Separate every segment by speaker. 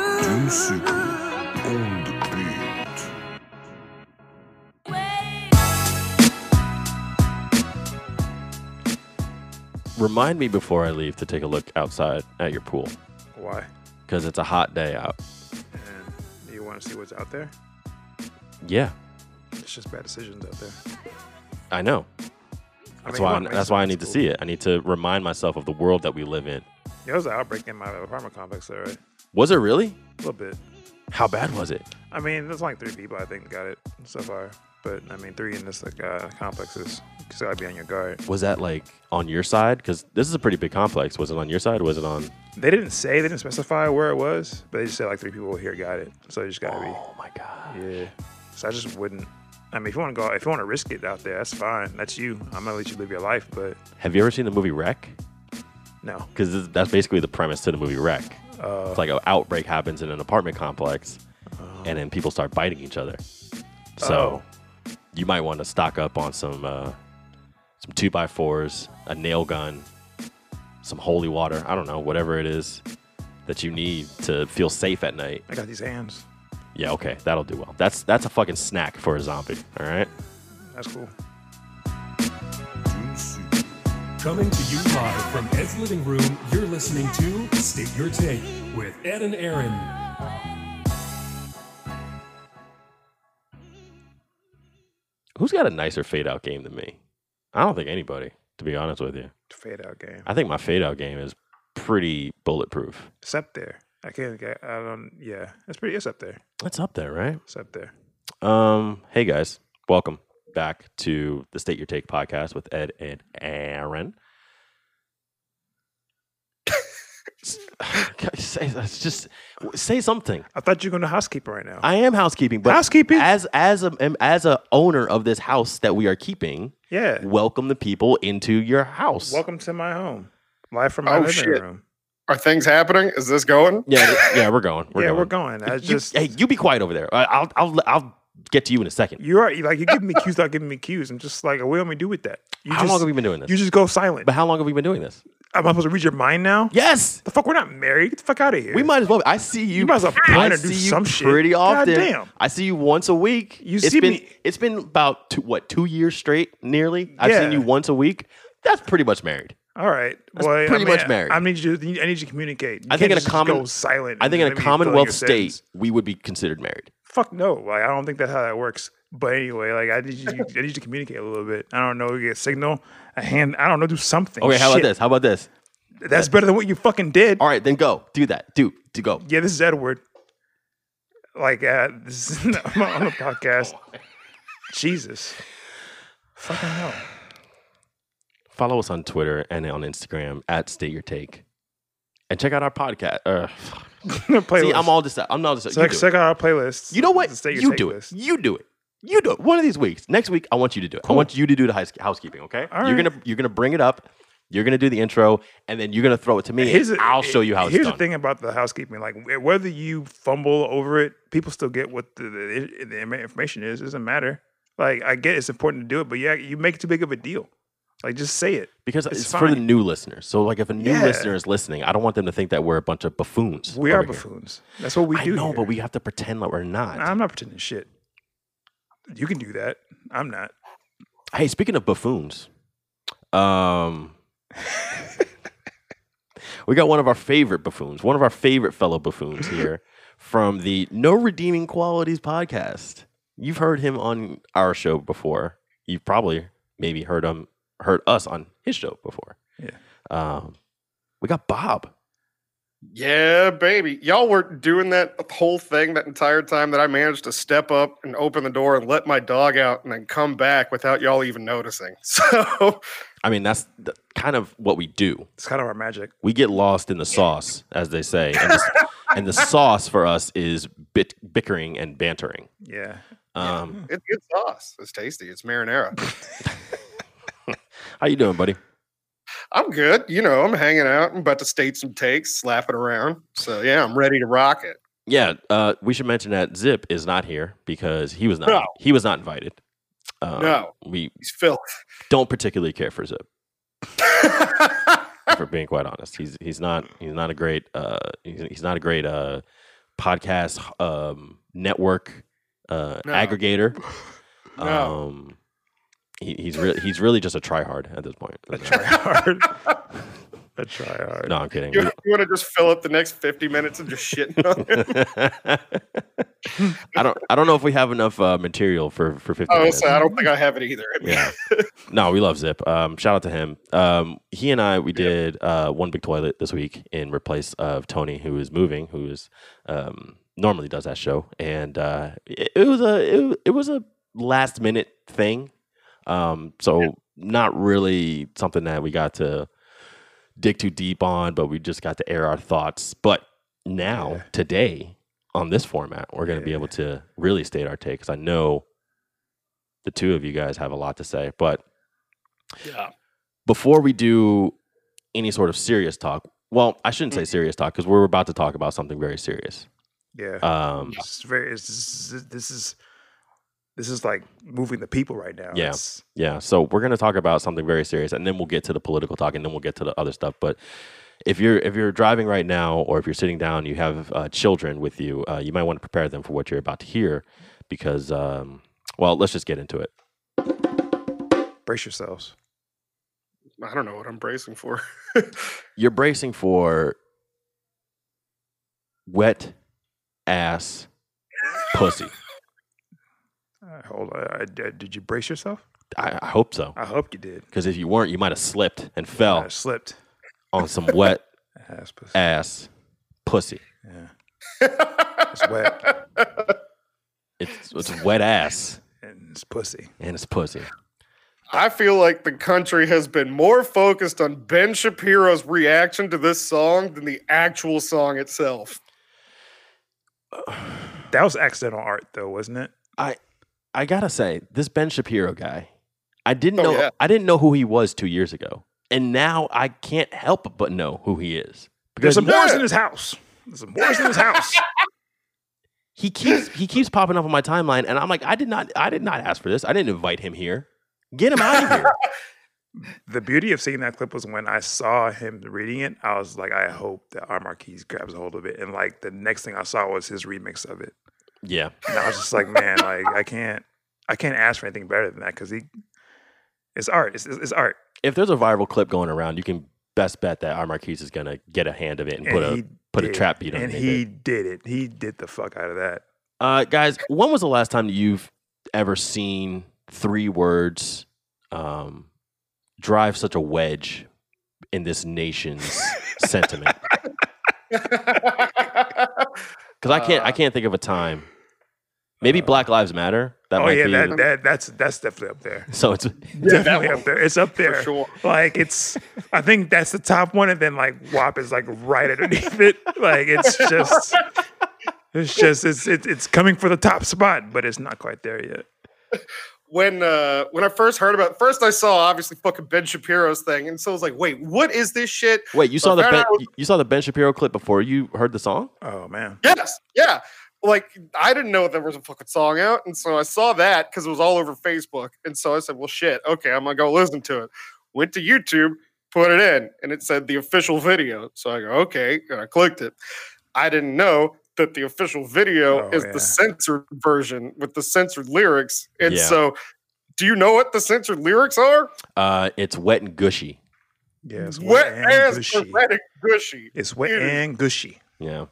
Speaker 1: Music on the beat.
Speaker 2: Remind me before I leave to take a look outside at your pool
Speaker 3: Why?
Speaker 2: because it's a hot day out.
Speaker 3: And you want to see what's out there?
Speaker 2: Yeah,
Speaker 3: It's just bad decisions out there.
Speaker 2: I know. That's why. I, that's why I need to see it. I need to remind myself of the world that we live in.
Speaker 3: There was an outbreak in my apartment complex there, right?
Speaker 2: Was it really?
Speaker 3: A little bit.
Speaker 2: How bad was it?
Speaker 3: I mean, there's like three people I think got it so far, but I mean, three in this like uh, complexes. So I'd be on your guard.
Speaker 2: Was that like on your side? Because this is a pretty big complex. Was it on your side? Was it on?
Speaker 3: They didn't say, they didn't specify where it was, but they just said like three people here got it. So you just gotta be.
Speaker 2: Oh my god.
Speaker 3: Yeah. So I just wouldn't. I mean, if you want to go, if you want to risk it out there, that's fine. That's you. I'm gonna let you live your life, but
Speaker 2: Have you ever seen the movie Wreck?
Speaker 3: no.
Speaker 2: Because that's basically the premise to the movie Wreck. it's like an outbreak happens in an apartment complex, and then people start biting each other. So you might want to stock up on some uh, some two by fours, a nail gun, some holy water. I don't know, whatever it is that you need to feel safe at night.
Speaker 3: I got these hands.
Speaker 2: Yeah, okay, that'll do well. That's that's a fucking snack for a zombie. All right.
Speaker 3: That's cool.
Speaker 1: Music.
Speaker 4: Coming to you live from Ed's living room, you're listening to State Your Take with Ed and Aaron.
Speaker 2: Who's got a nicer fade out game than me? I don't think anybody, to be honest with you.
Speaker 3: Fade out game.
Speaker 2: I think my fade out game is pretty bulletproof.
Speaker 3: It's up there. I can't get. I don't. Yeah, it's pretty. It's up there.
Speaker 2: That's up there, right?
Speaker 3: It's up there.
Speaker 2: Um, hey guys, welcome back to the State Your Take podcast with Ed and Aaron. Guys, say that's just say something.
Speaker 3: I thought you were going to housekeeper right now.
Speaker 2: I am housekeeping, but
Speaker 3: Housekeeping?
Speaker 2: as as a am- as a owner of this house that we are keeping,
Speaker 3: yeah.
Speaker 2: welcome the people into your house.
Speaker 3: Welcome to my home. Live from my
Speaker 5: Oh,
Speaker 3: living
Speaker 5: shit.
Speaker 3: room.
Speaker 5: Are things happening? Is this going?
Speaker 2: Yeah, yeah, we're going. We're
Speaker 3: yeah,
Speaker 2: going.
Speaker 3: we're going. I
Speaker 2: You-
Speaker 3: just
Speaker 2: hey, you be quiet over there. I- I'll I'll I'll get to you in a second.
Speaker 3: you are like you give me cues without giving me cues. I'm just like, what am I do with that? You
Speaker 2: how
Speaker 3: just,
Speaker 2: long have we been doing this?
Speaker 3: You just go silent.
Speaker 2: but how long have we been doing this?
Speaker 3: Am I supposed to read your mind now?
Speaker 2: Yes.
Speaker 3: The fuck, we're not married. Get the fuck out of here.
Speaker 2: We might as well. I see you.
Speaker 3: You might as well
Speaker 2: I
Speaker 3: plan or do
Speaker 2: see you
Speaker 3: some shit.
Speaker 2: pretty often.
Speaker 3: Goddamn.
Speaker 2: I see you once a week.
Speaker 3: You
Speaker 2: It's
Speaker 3: see
Speaker 2: been,
Speaker 3: me-
Speaker 2: It's been about two, what two years straight, nearly. I've
Speaker 3: Yeah.
Speaker 2: seen you once a week. That's pretty much married.
Speaker 3: All right.
Speaker 2: That's
Speaker 3: Well, I-
Speaker 2: pretty
Speaker 3: I mean,
Speaker 2: much married.
Speaker 3: I, I need you. to- I need you to communicate. You
Speaker 2: I think
Speaker 3: can't
Speaker 2: in a
Speaker 3: just
Speaker 2: common-
Speaker 3: go silent.
Speaker 2: I
Speaker 3: and
Speaker 2: think in
Speaker 3: let
Speaker 2: a
Speaker 3: me fill your
Speaker 2: Commonwealth state,
Speaker 3: sentence.
Speaker 2: we would be considered married.
Speaker 3: Fuck no. Like I don't think that's how that works. But anyway, like I need you. I need you to communicate a little bit. I don't know. Get a signal, a hand. I don't know. Do something.
Speaker 2: Okay, how
Speaker 3: Oh, Shit.
Speaker 2: about this? How about this?
Speaker 3: That's better than what you fucking did.
Speaker 2: All right, then go do that. Do to go.
Speaker 3: Yeah, this is Edward. Like, uh, this is not I'm on a podcast. Jesus. Fucking hell.
Speaker 2: Follow us on Twitter and on Instagram at State Your Take, and check out our podcast. Uh,
Speaker 3: playlist.
Speaker 2: see, I'm all just. I'm all just.
Speaker 3: so, check, check out our playlist.
Speaker 2: You know what?
Speaker 3: It's the State Your
Speaker 2: you
Speaker 3: Take
Speaker 2: do
Speaker 3: list.
Speaker 2: it. You do it. You do it. One of these weeks. Next week, I want you to do it. I want you to do the house- housekeeping. Okay.
Speaker 3: All
Speaker 2: you're
Speaker 3: right.
Speaker 2: gonna you're gonna bring it up. You're gonna do the intro, and then you're gonna throw it to me.
Speaker 3: Here's
Speaker 2: and
Speaker 3: the-
Speaker 2: I'll show you how it's
Speaker 3: Here's
Speaker 2: done.
Speaker 3: the thing about the housekeeping: like wh- whether you fumble over it, people still get what the, the, the information is. It doesn't matter. Like I get it's important to do it, but yeah, you make too big of a deal. Like just say it.
Speaker 2: because it's,
Speaker 3: it's
Speaker 2: for the
Speaker 3: fine.
Speaker 2: new listeners. So like, if a new
Speaker 3: Yeah.
Speaker 2: listener is listening, I don't want them to think that we're a bunch of buffoons.
Speaker 3: We are
Speaker 2: over here.
Speaker 3: buffoons. That's what we
Speaker 2: I
Speaker 3: do.
Speaker 2: know,
Speaker 3: here.
Speaker 2: but we have to pretend that we're not.
Speaker 3: I'm not pretending shit. You can do that. I'm not.
Speaker 2: hey, speaking of buffoons, um, we got one of our favorite buffoons, one of our favorite fellow buffoons here from the No Redeeming Qualities podcast. You've heard him on our show before. You've probably maybe heard him heard us on his show before.
Speaker 3: Yeah.
Speaker 2: Um, we got Bob.
Speaker 5: Yeah, baby. Y'all were doing that whole thing that entire time that I managed to step up and open the door and let my dog out and then come back without y'all even noticing. So
Speaker 2: I mean, that's the, kind of what we do.
Speaker 3: It's kind of our magic.
Speaker 2: we get lost in the sauce, as they say, and the, and the sauce for us is bit, bickering and bantering.
Speaker 3: Yeah.
Speaker 2: Um,
Speaker 5: it's good sauce. It's tasty. It's marinara.
Speaker 2: how you doing, buddy?
Speaker 5: I'm good. You know, I'm hanging out. I'm about to state some takes, slapping around. So yeah, I'm ready to rock it.
Speaker 2: Yeah, uh, we should mention that Zip is not here because he was not
Speaker 5: No.
Speaker 2: he was not invited. Um,
Speaker 5: No.
Speaker 2: we
Speaker 5: He's filth.
Speaker 2: don't particularly care for Zip. For being quite honest, he's he's not he's not a great uh, he's, he's not a great uh, podcast um, network uh,
Speaker 5: No.
Speaker 2: aggregator.
Speaker 5: No.
Speaker 2: Um, he, he's really he's really just a tryhard at this point.
Speaker 3: Try hard. I try hard.
Speaker 2: No, I'm kidding.
Speaker 5: You, want to just fill up the next 50 minutes and just shitting on it?
Speaker 2: I don't I don't know if we have enough uh, material for for 50
Speaker 5: Oh,
Speaker 2: minutes.
Speaker 5: so I don't think I have it either.
Speaker 2: Yeah. no, we love Zip. Um, shout out to him. Um, he and I we did uh, one big toilet this week in replace of Tony, who is moving, who is um, normally does that show, and uh, it, it was a it, wa- it was a last minute thing. Um, so not really something that we got to dig too deep on, but we just got to air our thoughts. But now today on this format, we're going to be able to really state our take because I know the two of you guys have a lot to say. But
Speaker 5: Yeah.
Speaker 2: before we do any sort of serious talk, well, I shouldn't say serious talk because we're about to talk about something very serious.
Speaker 3: Yeah.
Speaker 2: Um,
Speaker 3: This is very. It's, this is- this is this is like moving the people right now.
Speaker 2: Yeah.
Speaker 3: It's-
Speaker 2: yeah, so we're going to talk about something very serious, and then we'll get to the political talk, and then we'll get to the other stuff. But if you're if you're driving right now, or if you're sitting down, you have uh, children with you, uh, you might want to prepare them for what you're about to hear, because um, well, let's just get into it.
Speaker 3: brace yourselves.
Speaker 5: I don't know what I'm bracing for.
Speaker 2: You're bracing for wet ass pussy.
Speaker 3: Uh, hold on. I, I- did you brace yourself?
Speaker 2: I, I hope so.
Speaker 3: I hope you did.
Speaker 2: Because if you weren't, you might have slipped and
Speaker 3: I
Speaker 2: fell
Speaker 3: slipped.
Speaker 2: on some wet
Speaker 3: Ass pussy.
Speaker 2: ass pussy.
Speaker 3: Yeah. It's wet
Speaker 2: It's, it's wet ass
Speaker 3: and it's pussy.
Speaker 2: and it's pussy.
Speaker 5: I feel like the country has been more focused on Ben Shapiro's reaction to this song than the actual song itself.
Speaker 3: That was accidental art, though, wasn't it?
Speaker 2: I I gotta say, this Ben Shapiro guy, I didn't
Speaker 5: Oh,
Speaker 2: know
Speaker 5: yeah.
Speaker 2: I didn't know who he was two years ago. And now I can't help but know who he is. Because
Speaker 3: There's some
Speaker 5: Yeah.
Speaker 3: Morris in his house. There's some Morris in his house.
Speaker 2: he keeps he keeps popping up on my timeline and I'm like, I did not I did not ask for this. I didn't invite him here. Get him out of here.
Speaker 3: The beauty of seeing that clip was when I saw him reading it, I was like, I hope that R. Marquise grabs a hold of it. And like the next thing I saw was his remix of it.
Speaker 2: yeah.
Speaker 3: And I was just like, man, like I can't, I can't ask for anything better than that because he, it's art. It's, it's, it's art.
Speaker 2: If there's a viral clip going around, you can best bet that our Marquise is gonna get a hand of it and,
Speaker 3: And
Speaker 2: put a
Speaker 3: he
Speaker 2: put a
Speaker 3: did.
Speaker 2: trap beat on
Speaker 3: And
Speaker 2: it.
Speaker 3: he did it. He did the fuck out of that.
Speaker 2: Uh, guys, when was the last time you've ever seen three words um, drive such a wedge in this nation's sentiment? Because I can't, I
Speaker 5: Uh.
Speaker 2: can't think of a time. Maybe Black Lives Matter. That
Speaker 3: uh, oh
Speaker 2: might
Speaker 3: yeah,
Speaker 2: be.
Speaker 3: that, that that's that's definitely up there.
Speaker 2: so it's
Speaker 3: definitely up there. It's up there.
Speaker 5: sure.
Speaker 3: Like it's, I think that's the top one, and then like WAP is like right underneath it. Like it's just, it's just, it's it's, it's coming for the top spot, but it's not quite there yet.
Speaker 5: when uh when I first heard about first I saw obviously fucking Ben Shapiro's thing, and so I was like, wait, what is this shit?
Speaker 2: wait. You saw the
Speaker 5: Fair
Speaker 2: ben,
Speaker 5: enough.
Speaker 2: you- you saw the Ben Shapiro clip before you heard the song.
Speaker 3: Oh man,
Speaker 5: Yes, yeah. Like I didn't know there was a fucking song out, and so I saw that because it was all over Facebook, and so I said, well, shit, okay, I'm gonna go listen to it. Went to YouTube, put it in, and it said the official video. So I go, okay, and I clicked it. I didn't know that the official video
Speaker 3: Oh,
Speaker 5: is
Speaker 3: yeah.
Speaker 5: the censored version with the censored lyrics, and
Speaker 2: Yeah.
Speaker 5: so. Do you know what the censored lyrics are?
Speaker 2: Uh, it's wet and gushy.
Speaker 3: yeah, it's wet,
Speaker 5: wet
Speaker 3: and
Speaker 5: ass
Speaker 3: gushy.
Speaker 5: pathetic gushy.
Speaker 3: It's wet
Speaker 5: Dude.
Speaker 3: and gushy.
Speaker 2: Yeah.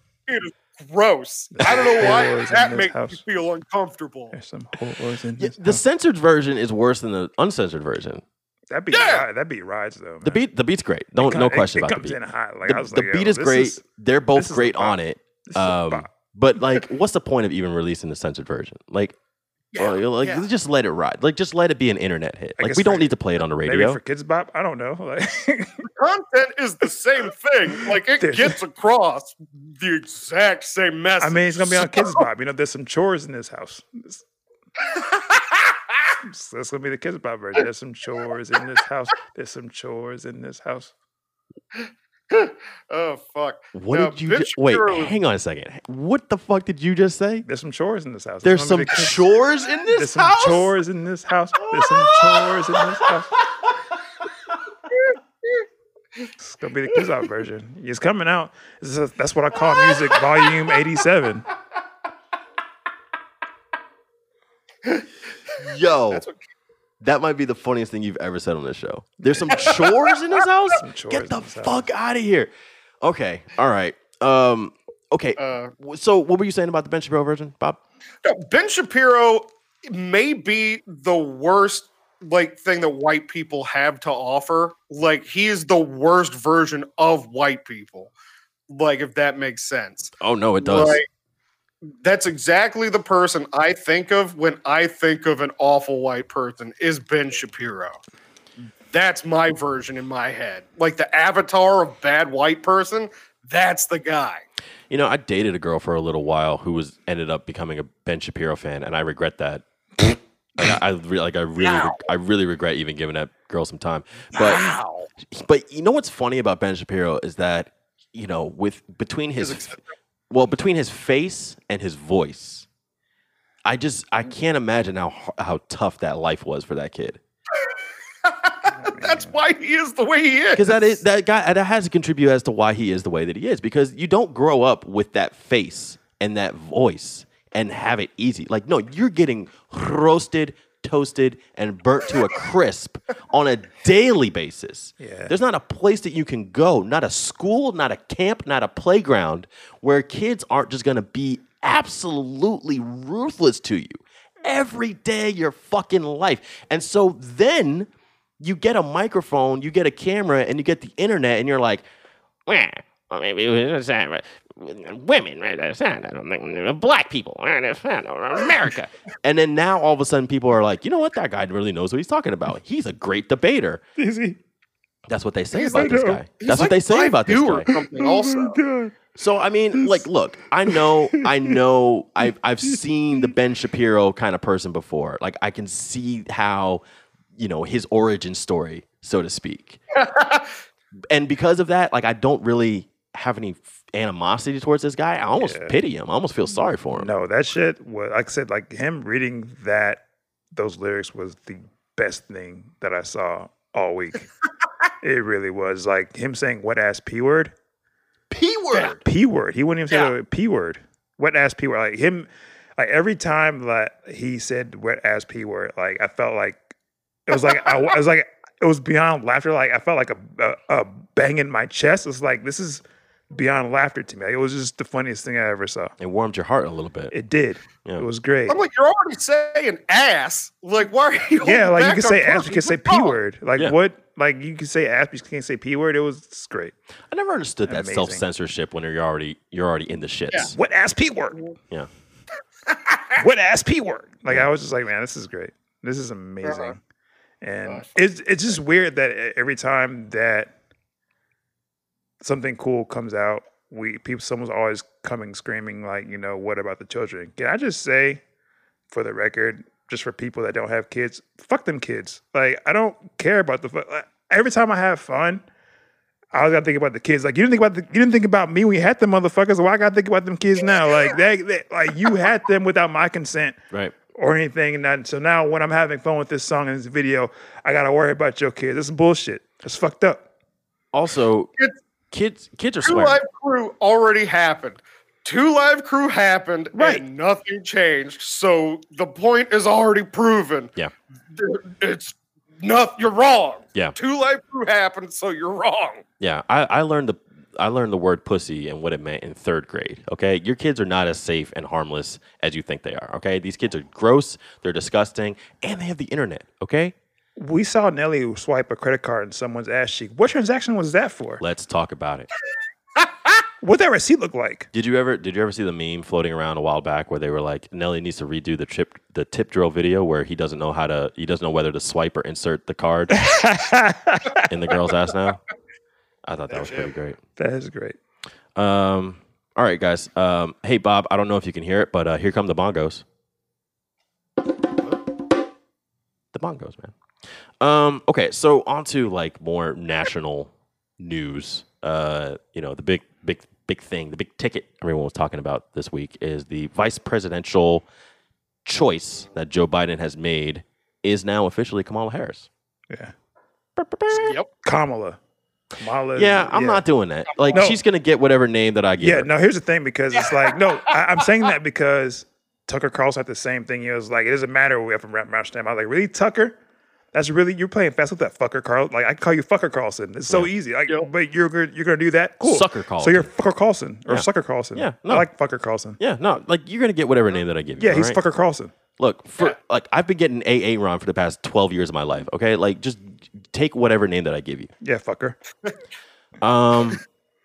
Speaker 5: Gross. I don't know
Speaker 3: There
Speaker 5: why
Speaker 3: was in
Speaker 5: that
Speaker 3: this
Speaker 5: makes me
Speaker 3: house.
Speaker 5: feel uncomfortable.
Speaker 3: There's some horrors in
Speaker 2: yeah
Speaker 3: this.
Speaker 2: the
Speaker 3: house.
Speaker 2: censored version is worse than the uncensored version.
Speaker 3: That beat,
Speaker 5: Yeah.
Speaker 3: ri- that beat rides though. Man.
Speaker 2: The beat, the beat's great. No,
Speaker 3: Come-
Speaker 2: no
Speaker 3: it-
Speaker 2: question
Speaker 3: it,
Speaker 2: about
Speaker 3: comes
Speaker 2: the beat.
Speaker 3: in hot. Like,
Speaker 2: the,
Speaker 3: I was
Speaker 2: the
Speaker 3: like,
Speaker 2: beat
Speaker 3: yo,
Speaker 2: is
Speaker 3: this
Speaker 2: great.
Speaker 3: Is,
Speaker 2: They're
Speaker 3: this
Speaker 2: both
Speaker 3: is a
Speaker 2: great
Speaker 3: bop.
Speaker 2: on it.
Speaker 3: this is a
Speaker 2: Um,
Speaker 3: bop.
Speaker 2: but like, what's the point of even releasing the censored version? Like,
Speaker 5: Yeah,
Speaker 2: or, like
Speaker 5: yeah.
Speaker 2: just let it ride. Like, just let it be an internet hit.
Speaker 3: I
Speaker 2: Like,
Speaker 3: guess
Speaker 2: we don't
Speaker 3: like-
Speaker 2: need to play it on the
Speaker 3: Maybe
Speaker 2: radio.
Speaker 3: for kids bop. I don't know. Like,
Speaker 5: Content is the same thing. Like it
Speaker 3: Dude.
Speaker 5: gets across the exact same message.
Speaker 3: I mean, it's gonna be on kids bop. You know, there's some chores in this house. This- So that's gonna be the kids bop version. There's some chores in this house. There's some chores in this house.
Speaker 5: oh fuck.
Speaker 2: what
Speaker 5: Now,
Speaker 2: did you
Speaker 5: Ben
Speaker 2: just, wait?
Speaker 5: Shapiro is-
Speaker 2: Hang on a second. What the fuck did you just say?
Speaker 3: There's some chores in this house. That's
Speaker 2: There's
Speaker 3: gonna
Speaker 2: some
Speaker 3: be the kids-
Speaker 2: chores in this
Speaker 3: There's some
Speaker 2: house.
Speaker 3: chores in this house. There's some chores in this house. It's gonna be the Kizop version. It's coming out. This is- that's what I call music volume eighty-seven.
Speaker 2: Yo,
Speaker 5: That's what-
Speaker 2: that might be the funniest thing you've ever said on this show. There's some chores in this house.
Speaker 3: chores
Speaker 2: Get the
Speaker 3: in this house.
Speaker 2: fuck out of here. Okay. All right. Um. Okay.
Speaker 5: Uh,
Speaker 2: W- so what were you saying about the Ben Shapiro version, Bob?
Speaker 5: no, ben Shapiro may be the worst like thing that white people have to offer. Like he is the worst version of white people. Like if that makes sense.
Speaker 2: Oh no, it does.
Speaker 5: Like, that's exactly the person I think of when I think of an awful white person is Ben Shapiro. That's my version in my head. Like the avatar of bad white person, that's the guy.
Speaker 2: You know, I dated a girl for a little while who was ended up becoming a Ben Shapiro fan, and I regret that. like, I, I re- like I really
Speaker 5: Wow.
Speaker 2: I really regret even giving that girl some time. But
Speaker 5: Wow.
Speaker 2: but you know what's funny about Ben Shapiro is that you know with between his
Speaker 5: His ex-
Speaker 2: well between his face and his voice, I just I can't imagine how har- how tough that life was for that kid
Speaker 5: that's why he is the way he is.
Speaker 2: because that is that guy that has to contribute as to why he is the way that he is because you don't grow up with that face and that voice and have it easy like no you're getting roasted toasted and burnt to a crisp on a daily basis
Speaker 3: Yeah.
Speaker 2: there's not a place that you can go not a school not a camp not a playground where kids aren't just going to be absolutely ruthless to you every day of your fucking life and so then you get a microphone, you get a camera, and you get the internet, and you're like,
Speaker 6: Well, or maybe it was just, uh, women, right? That's not, I don't think, black people, right? That's not, or America.
Speaker 2: and then now all of a sudden people are like, you know what? That guy really knows what he's talking about. He's a great debater.
Speaker 3: Easy.
Speaker 2: That's what they say
Speaker 5: He's
Speaker 2: about
Speaker 5: like,
Speaker 2: this
Speaker 3: uh,
Speaker 2: guy.
Speaker 5: He's
Speaker 2: That's
Speaker 5: like
Speaker 2: what they say
Speaker 5: Clive
Speaker 2: about this
Speaker 5: Ewer or
Speaker 2: guy.
Speaker 5: something also.
Speaker 3: Oh God.
Speaker 2: So I mean, like, look, I know, I know, I've I've seen the Ben Shapiro kind of person before. Like, I can see how, you know, his origin story, so to speak. and because of that, like, I don't really have any f- animosity towards this guy. I almost
Speaker 3: Yeah.
Speaker 2: pity him. I almost feel sorry for him.
Speaker 3: No, that shit was like I said, like him reading that those lyrics was the best thing that I saw all week. it really was. Like him saying wet ass P word.
Speaker 2: P word.
Speaker 3: P word. He wouldn't even say
Speaker 5: Yeah.
Speaker 3: the P word. Wet ass P word. Like him like every time that he said wet ass P word, like I felt like it was like I, I was like it was beyond laughter. Like I felt like a, a, a bang in my chest. It's like this is beyond laughter to me. Like, it was just the funniest thing I ever saw.
Speaker 2: It warmed your heart a little bit.
Speaker 3: It did.
Speaker 2: Yeah.
Speaker 3: It was great.
Speaker 5: I'm like, you're already saying ass. Like, why are you?
Speaker 3: Yeah,
Speaker 5: holding
Speaker 3: like you
Speaker 5: back
Speaker 3: can
Speaker 5: on
Speaker 3: say ass,
Speaker 5: cursing?
Speaker 3: you can say
Speaker 5: What's
Speaker 3: p
Speaker 5: wrong?
Speaker 3: word. Like
Speaker 2: Yeah.
Speaker 3: what? Like you can say ass, but you can't say p word. It was it's great.
Speaker 2: I never understood that
Speaker 3: Amazing.
Speaker 2: self censorship when you're already you're already in the shits.
Speaker 3: What ass p word?
Speaker 2: Yeah.
Speaker 3: What ass p word? Like I was just like, man, this is great. This is amazing. And it's it's just weird that e- every time that something cool comes out, we people someone's always coming screaming like, you know, what about the children? Can I just say, for the record, just for people that don't have kids, fuck them kids. Like I don't care about the. fu- like, Every time I have fun, I always gotta think about the kids. Like you didn't think about the, you didn't think about me when you had them motherfuckers. So why I gotta think about them kids now? Like that, that- like you had them without my consent
Speaker 2: Right.
Speaker 3: or anything. And that, so now when I'm having fun with this song and this video, I gotta worry about your kids. This is bullshit. It's fucked up.
Speaker 2: Also,
Speaker 5: It's-
Speaker 2: kids kids are
Speaker 5: Two
Speaker 2: swearing.
Speaker 5: live crew already happened. Two live crew happened,
Speaker 3: Right.
Speaker 5: And nothing changed. So the point is already proven.
Speaker 2: Yeah.
Speaker 5: it's not. You're wrong.
Speaker 2: Yeah.
Speaker 5: Two live crew happened, so you're wrong.
Speaker 2: Yeah, I, I learned the I learned the word pussy and what it meant in third grade. Okay, your kids are not as safe and harmless as you think they are. Okay, these kids are gross, they're disgusting, and they have the internet. Okay,
Speaker 3: We saw Nelly swipe a credit card in someone's ass cheek. What transaction was that for?
Speaker 2: let's talk about it.
Speaker 3: What that receipt look like?
Speaker 2: Did you ever did you ever see the meme floating around a while back where they were like Nelly needs to redo the trip the tip drill video where he doesn't know how to he doesn't know whether to swipe or insert the card in the girl's ass now? I thought that was pretty great.
Speaker 3: That is great.
Speaker 2: Um, all right, guys. Um, hey, Bob, I don't know if you can hear it, but uh, here come the bongos. The bongos, man. Um, okay, so on to like more national news. Uh, you know, the big, big, big thing, the big ticket everyone was talking about this week is the vice presidential choice that Joe Biden has made is now officially Kamala Harris.
Speaker 3: Yeah.
Speaker 5: Yep.
Speaker 3: Kamala. Kamala.
Speaker 2: Yeah, I'm not doing that. Like
Speaker 3: Uh, No.
Speaker 2: she's gonna get whatever name that I give.
Speaker 3: Yeah,
Speaker 2: her.
Speaker 3: no, here's the thing because it's like, no, I, I'm saying that because Tucker Carlson had the same thing. He was like, it doesn't matter if I'm rap match time. I was like, really, Tucker? That's really you're playing fast with that fucker Carl. Like I call you fucker Carlson. It's so easy. Like, but you're gonna- you're gonna do that. Cool.
Speaker 2: Sucker
Speaker 3: So
Speaker 2: Carlson.
Speaker 3: you're fucker Carlson or sucker Carlson.
Speaker 2: Yeah,
Speaker 3: I
Speaker 2: no.
Speaker 3: like fucker Carlson.
Speaker 2: Yeah, no, like you're gonna get whatever name that I give you.
Speaker 3: Yeah, he's
Speaker 2: alright?
Speaker 3: fucker Carlson.
Speaker 2: Look, for like I've been getting AA Ron for the past 12 years of my life. Okay, like just take whatever name that I give you.
Speaker 3: Yeah, fucker.
Speaker 2: Um,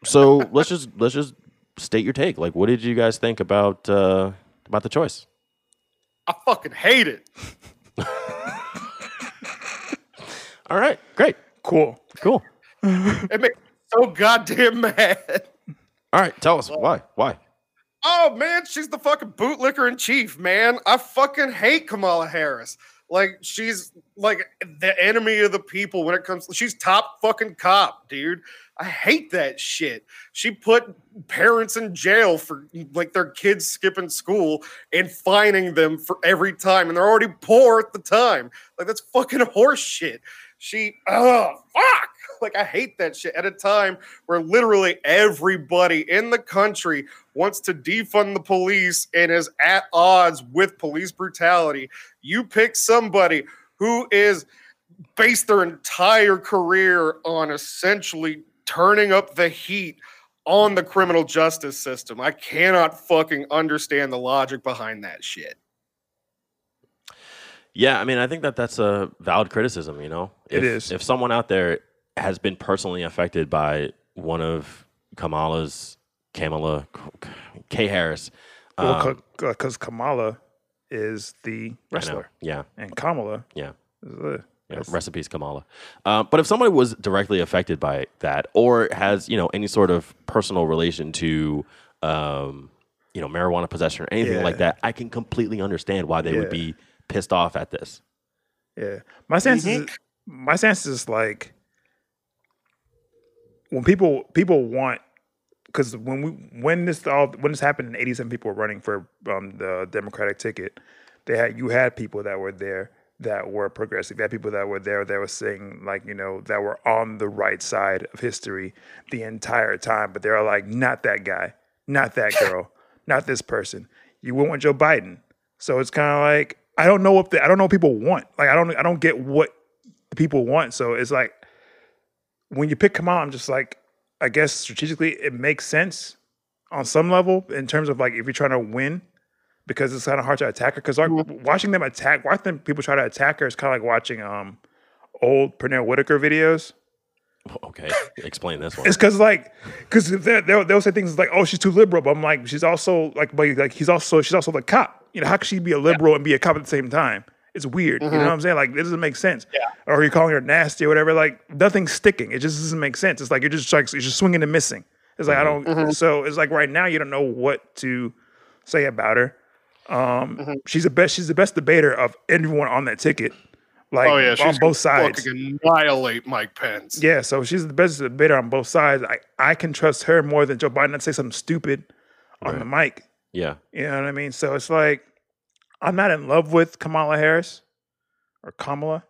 Speaker 2: so let's just let's just state your take. Like, what did you guys think about uh, about the choice?
Speaker 5: I fucking hate it.
Speaker 2: All right, great,
Speaker 3: Cool.
Speaker 2: cool.
Speaker 5: It makes me so goddamn mad.
Speaker 2: All right, tell us why. Why?
Speaker 5: Oh man, she's the fucking bootlicker in chief, man. I fucking hate Kamala Harris. Like she's like the enemy of the people when it comes. She's top fucking cop, dude. I hate that shit. She put parents in jail for like their kids skipping school and fining them for every time, and they're already poor at the time. Like that's fucking horse shit. She, oh fuck. Like I hate that shit at a time where literally everybody in the country wants to defund the police and is at odds with police brutality. You pick somebody who is based their entire career on essentially turning up the heat on the criminal justice system. I cannot fucking understand the logic behind that shit.
Speaker 2: Yeah, I mean, I think that that's a valid criticism. You know, if,
Speaker 3: It is.
Speaker 2: If someone out there has been personally affected by one of Kamala's Kamala K Harris, um,
Speaker 3: because Kamala is
Speaker 2: I
Speaker 3: the
Speaker 2: know.
Speaker 3: wrestler
Speaker 2: yeah,
Speaker 3: and Kamala.
Speaker 2: yeah.
Speaker 3: Is the,
Speaker 2: Yeah, recipes Kamala. Uh, but if somebody was directly affected by that, or has you know any sort of personal relation to, um, you know, marijuana possession or anything
Speaker 3: Yeah.
Speaker 2: like that, I can completely understand why they
Speaker 3: Yeah.
Speaker 2: would be pissed off at this.
Speaker 3: Yeah. My sense is my sense is like when people people want because when we when this all when this happened in eighty seven people were running for um the Democratic ticket, they had you had people that were there that were progressive. You had people that were there that were saying like, you know, that were on the right side of history the entire time, but they're like, not that guy, not that girl, not this person. You went with Joe Biden. So it's kind of like I don't know if the, I don't know what people want. Like I don't I don't get what the people want. So it's like when you pick Kamala, I'm just like I guess strategically it makes sense on some level in terms of like if you're trying to win because it's kind of hard to attack her because like watching them attack, watching people try to attack her is kind of like watching um old Pernell Whitaker videos.
Speaker 2: Okay, explain this one.
Speaker 3: It's because like, because they'll they'll say things like, "Oh, she's too liberal," but I'm like, she's also like, but like he's also she's also the cop. You know, how could she be a liberal and be a cop at the same time? It's weird. You
Speaker 5: Mm-hmm.
Speaker 3: know what I'm saying? Like, it doesn't make sense. Yeah. Or you're calling her nasty or whatever. Like, nothing's sticking. It just doesn't make sense. It's like you're just like you're just swinging and missing. It's like
Speaker 5: Mm-hmm.
Speaker 3: I don't. So it's like right now you don't know what to say about her. Um,
Speaker 5: Mm-hmm.
Speaker 3: she's the best. She's the best debater of everyone on that ticket. Like
Speaker 5: oh yeah,
Speaker 3: on
Speaker 5: she's
Speaker 3: both sides.
Speaker 5: Fucking annihilate Mike Pence.
Speaker 3: Yeah, so she's the best debater on both sides. I, I can trust her more than Joe Biden. I'd say something stupid on the mic.
Speaker 2: Yeah,
Speaker 3: You know what I mean? So it's like I'm not in love with Kamala Harris or Kamala.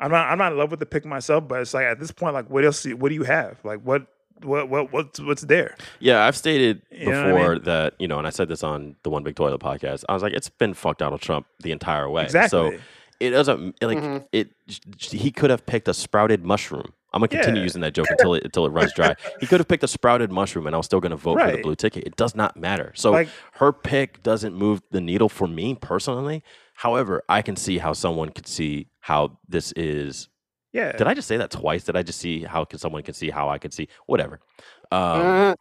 Speaker 3: I'm not I'm not in love with the pick myself, but it's like at this point, like what else do you- what do you have? Like what what what what's what's there?
Speaker 2: yeah. I've stated
Speaker 3: You know what I
Speaker 2: before
Speaker 3: mean?
Speaker 2: that you know, and I said this on the One Big Toilet podcast. I was like, it's been fuck Donald Trump the entire way. So
Speaker 3: Exactly.
Speaker 2: it doesn't like
Speaker 3: Mm-hmm.
Speaker 2: it. He could have picked a sprouted mushroom. I'm gonna continue
Speaker 3: Yeah.
Speaker 2: using that joke until it until it runs dry. he could have picked a sprouted mushroom, and I was still gonna vote for
Speaker 3: Right.
Speaker 2: the blue ticket. It does not matter. So
Speaker 3: Like-
Speaker 2: her pick doesn't move the needle for me personally. However, I can see how someone could see how this is.
Speaker 3: Yeah.
Speaker 2: Did I just say that twice? Did I just see how can someone can see how I could see whatever? Um,
Speaker 3: Mm-hmm.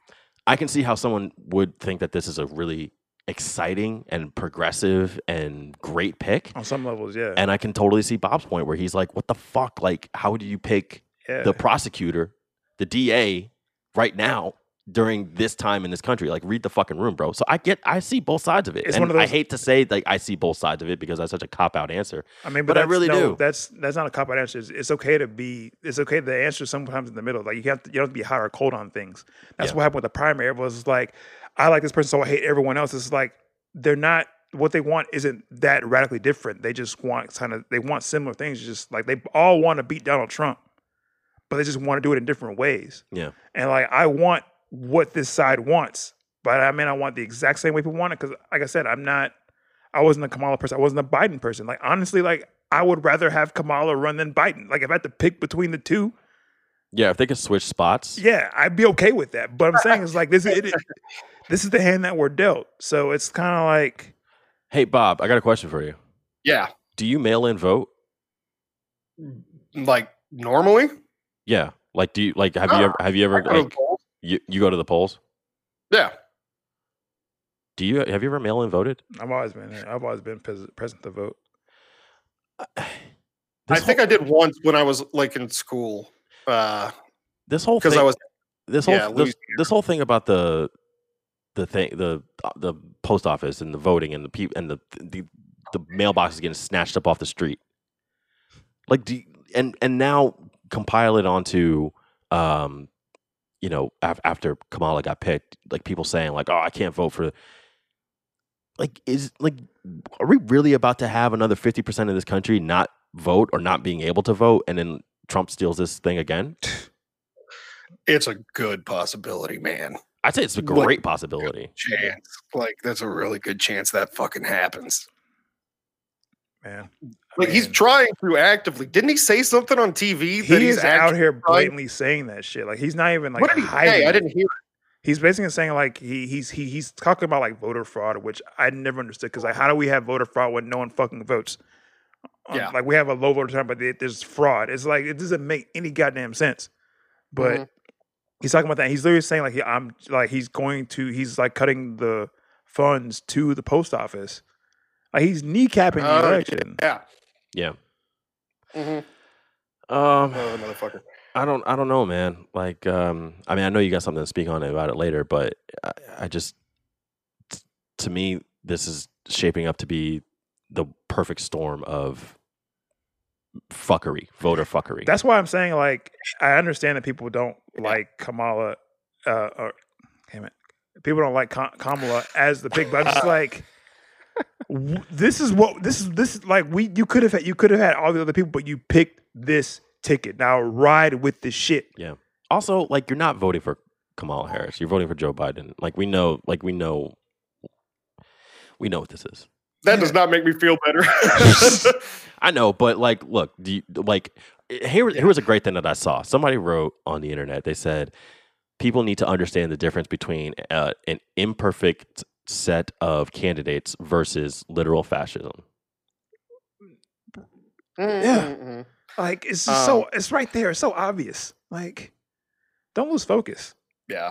Speaker 2: I can see how someone would think that this is a really exciting and progressive and great pick.
Speaker 3: on some levels, yeah.
Speaker 2: And I can totally see Bob's point where he's like, what the fuck? Like, how do you pick
Speaker 3: yeah.
Speaker 2: the prosecutor, the DA, right now during this time in this country? Like, read the fucking room, bro. So I get, I see both sides of it.
Speaker 3: It's
Speaker 2: and
Speaker 3: one of
Speaker 2: I
Speaker 3: those-
Speaker 2: hate to say, like, I see both sides of it because that's such a cop out answer.
Speaker 3: I mean,
Speaker 2: but I
Speaker 3: that's-
Speaker 2: really
Speaker 3: no,
Speaker 2: do.
Speaker 3: That's that's not a cop out answer. It's, it's okay to be. It's okay to answer sometimes in the middle. Like you have to, you don't have to be hot or cold on things. That's
Speaker 2: Yeah.
Speaker 3: what happened with the primary. Everyone's just like, I like this person, so I hate everyone else. It's like they're not what they want isn't that radically different. They just want kind of they want similar things. It's just like they all want to beat Donald Trump. but they just want to do it in different ways.
Speaker 2: Yeah.
Speaker 3: And like I want what this side wants, but I mean I want the exact same way people want it because, like I said, I'm not. I wasn't a Kamala person. I wasn't a Biden person. Like honestly, like I would rather have Kamala run than Biden. Like if I had to pick between the two,
Speaker 2: Yeah, if they could switch spots.
Speaker 3: yeah, I'd be okay with that. But I'm saying is like this. It, it- this is the hand that we're dealt. So it's kind of like
Speaker 2: Hey, Bob, I got a question for you.
Speaker 5: Yeah,
Speaker 2: Do you mail in vote?
Speaker 5: like normally.
Speaker 2: Yeah. Like, do you like have you
Speaker 5: No,
Speaker 2: ever have you
Speaker 5: Uh, I
Speaker 2: ever
Speaker 5: go to
Speaker 2: like
Speaker 5: polls.
Speaker 2: you, you go to the polls?
Speaker 5: Yeah,
Speaker 2: Do you have you ever mail in voted?
Speaker 3: I've always been. I've always been pres- present to vote.
Speaker 5: I
Speaker 2: This
Speaker 5: think
Speaker 2: whole-
Speaker 5: I did once when I was like in school because
Speaker 2: this whole thing,
Speaker 5: I was
Speaker 2: this whole
Speaker 5: yeah,
Speaker 2: this, this whole thing about the the thing the uh, the post office and the voting and the people and the the the mailboxes getting snatched up off the street. Like do you- and and now compile it onto um you know af- after Kamala got picked like people saying like oh I can't vote for like is like are we really about to have another 50% of this country not vote or not being able to vote and then Trump steals this thing again?
Speaker 5: it's a good possibility, man.
Speaker 2: I'd say it's a
Speaker 5: Like-
Speaker 2: great possibility.
Speaker 5: Chance, like that's a really good chance that fucking happens.
Speaker 3: Man,
Speaker 5: Like he's
Speaker 3: Man.
Speaker 5: trying to actively. Didn't he say something on TV that
Speaker 3: he
Speaker 5: he's
Speaker 3: is out
Speaker 5: actively,
Speaker 3: here blatantly saying that shit. Like he's not even like
Speaker 5: what did he
Speaker 3: hiding.
Speaker 5: say? I
Speaker 3: it.
Speaker 5: didn't hear.
Speaker 3: He's basically saying like he he's he, he's talking about like voter fraud, which I never understood because like how do we have voter fraud when no one fucking votes? Um,
Speaker 5: Yeah.
Speaker 3: like we have a low voter turnout, but there- there's fraud. It's like it doesn't make any goddamn sense. But
Speaker 5: Mhm.
Speaker 3: he's talking about that. He's literally saying like he, I'm like he's going to he's like cutting the funds to the post office. Like he's kneecapping the
Speaker 5: Oh, yeah.
Speaker 3: election.
Speaker 5: Yeah.
Speaker 2: Yeah.
Speaker 5: Mhm.
Speaker 2: Um,
Speaker 5: Oh, motherfucker.
Speaker 2: I don't, I don't know, man. Like, um, I mean, I know you got something to speak on about it later, but I, I just, t- to me, this is shaping up to be the perfect storm of fuckery, voter fuckery.
Speaker 3: That's why I'm saying like I understand that people don't like Kamala, uh, or damn it, people don't like Ka- Kamala as the pick. But I'm just like, w- this is what this is. This is like we you could have had you could have had all the other people, but you picked this ticket. Now ride with the shit.
Speaker 2: also, like, you're not voting for Kamala Harris; you're voting for Joe Biden. Like, we know, like, we know, we know what this is.
Speaker 5: That does not make me feel better.
Speaker 2: I know, but like, look, do you, like here, here was a great thing that I saw. Somebody wrote on the internet. They said people need to understand the difference between uh, an imperfect set of candidates versus literal fascism.
Speaker 5: yeah.
Speaker 3: Like it's just so it's right there. It's so obvious. Like don't lose focus.
Speaker 5: Yeah.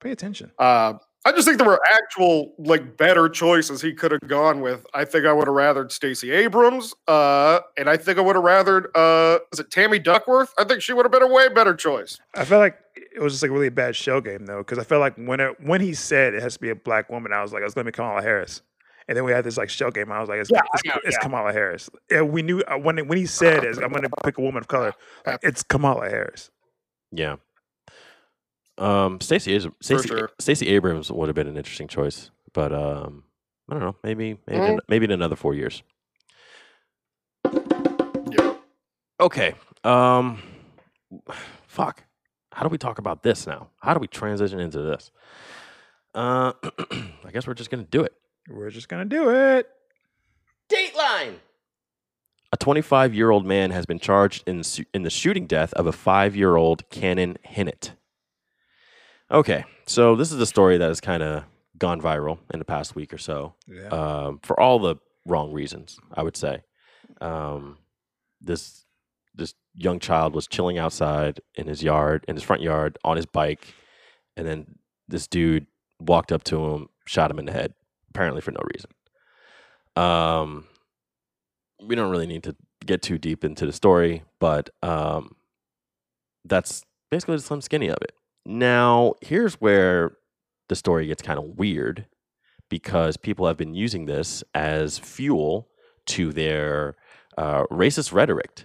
Speaker 3: Pay attention.
Speaker 5: Uh, I just think there were actual like better choices he could have gone with. I think I would have rathered Stacey Abrams, uh, and I think I would have rathered uh, is it Tammy Duckworth? I think she would have been a way better choice.
Speaker 3: I felt like it was just like a really bad shell game though, because I felt like when it, when he said it has to be a black woman, I was like, it's gonna be Kamala Harris. And then we had this like shell game. I was like, it's,
Speaker 5: Yeah,
Speaker 3: it's,
Speaker 5: I know,
Speaker 3: it's
Speaker 5: yeah.
Speaker 3: Kamala Harris. And we knew uh, when when he said is I'm gonna pick a woman of color, like, it's Kamala Harris.
Speaker 2: Yeah. Um, Stacey Is- Stacey,
Speaker 5: sure.
Speaker 2: Stacey Abrams would have been an interesting choice, but um, I don't know. Maybe maybe in, maybe in another four years.
Speaker 5: Yeah.
Speaker 2: Okay. Um fuck. How do we talk about this now? How do we transition into this? Uh I guess we're just going to do it.
Speaker 3: We're just gonna do it.
Speaker 6: Dateline.
Speaker 2: A 25-year-old man has been charged in the, su- in the shooting death of a 5-year-old Cannon Hinnett. Okay. So this is a story that has kind of gone viral in the past week or so.
Speaker 3: Yeah.
Speaker 2: um, for all the wrong reasons, I would say. Um, this this young child was chilling outside in his yard, in his front yard, on his bike, and then this dude walked up to him, shot him in the head, apparently for no reason. Um, we don't really need to get too deep into the story, but um, that's basically the slim skinny of it. Now, here's where the story gets kind of weird because people have been using this as fuel to their uh, racist rhetoric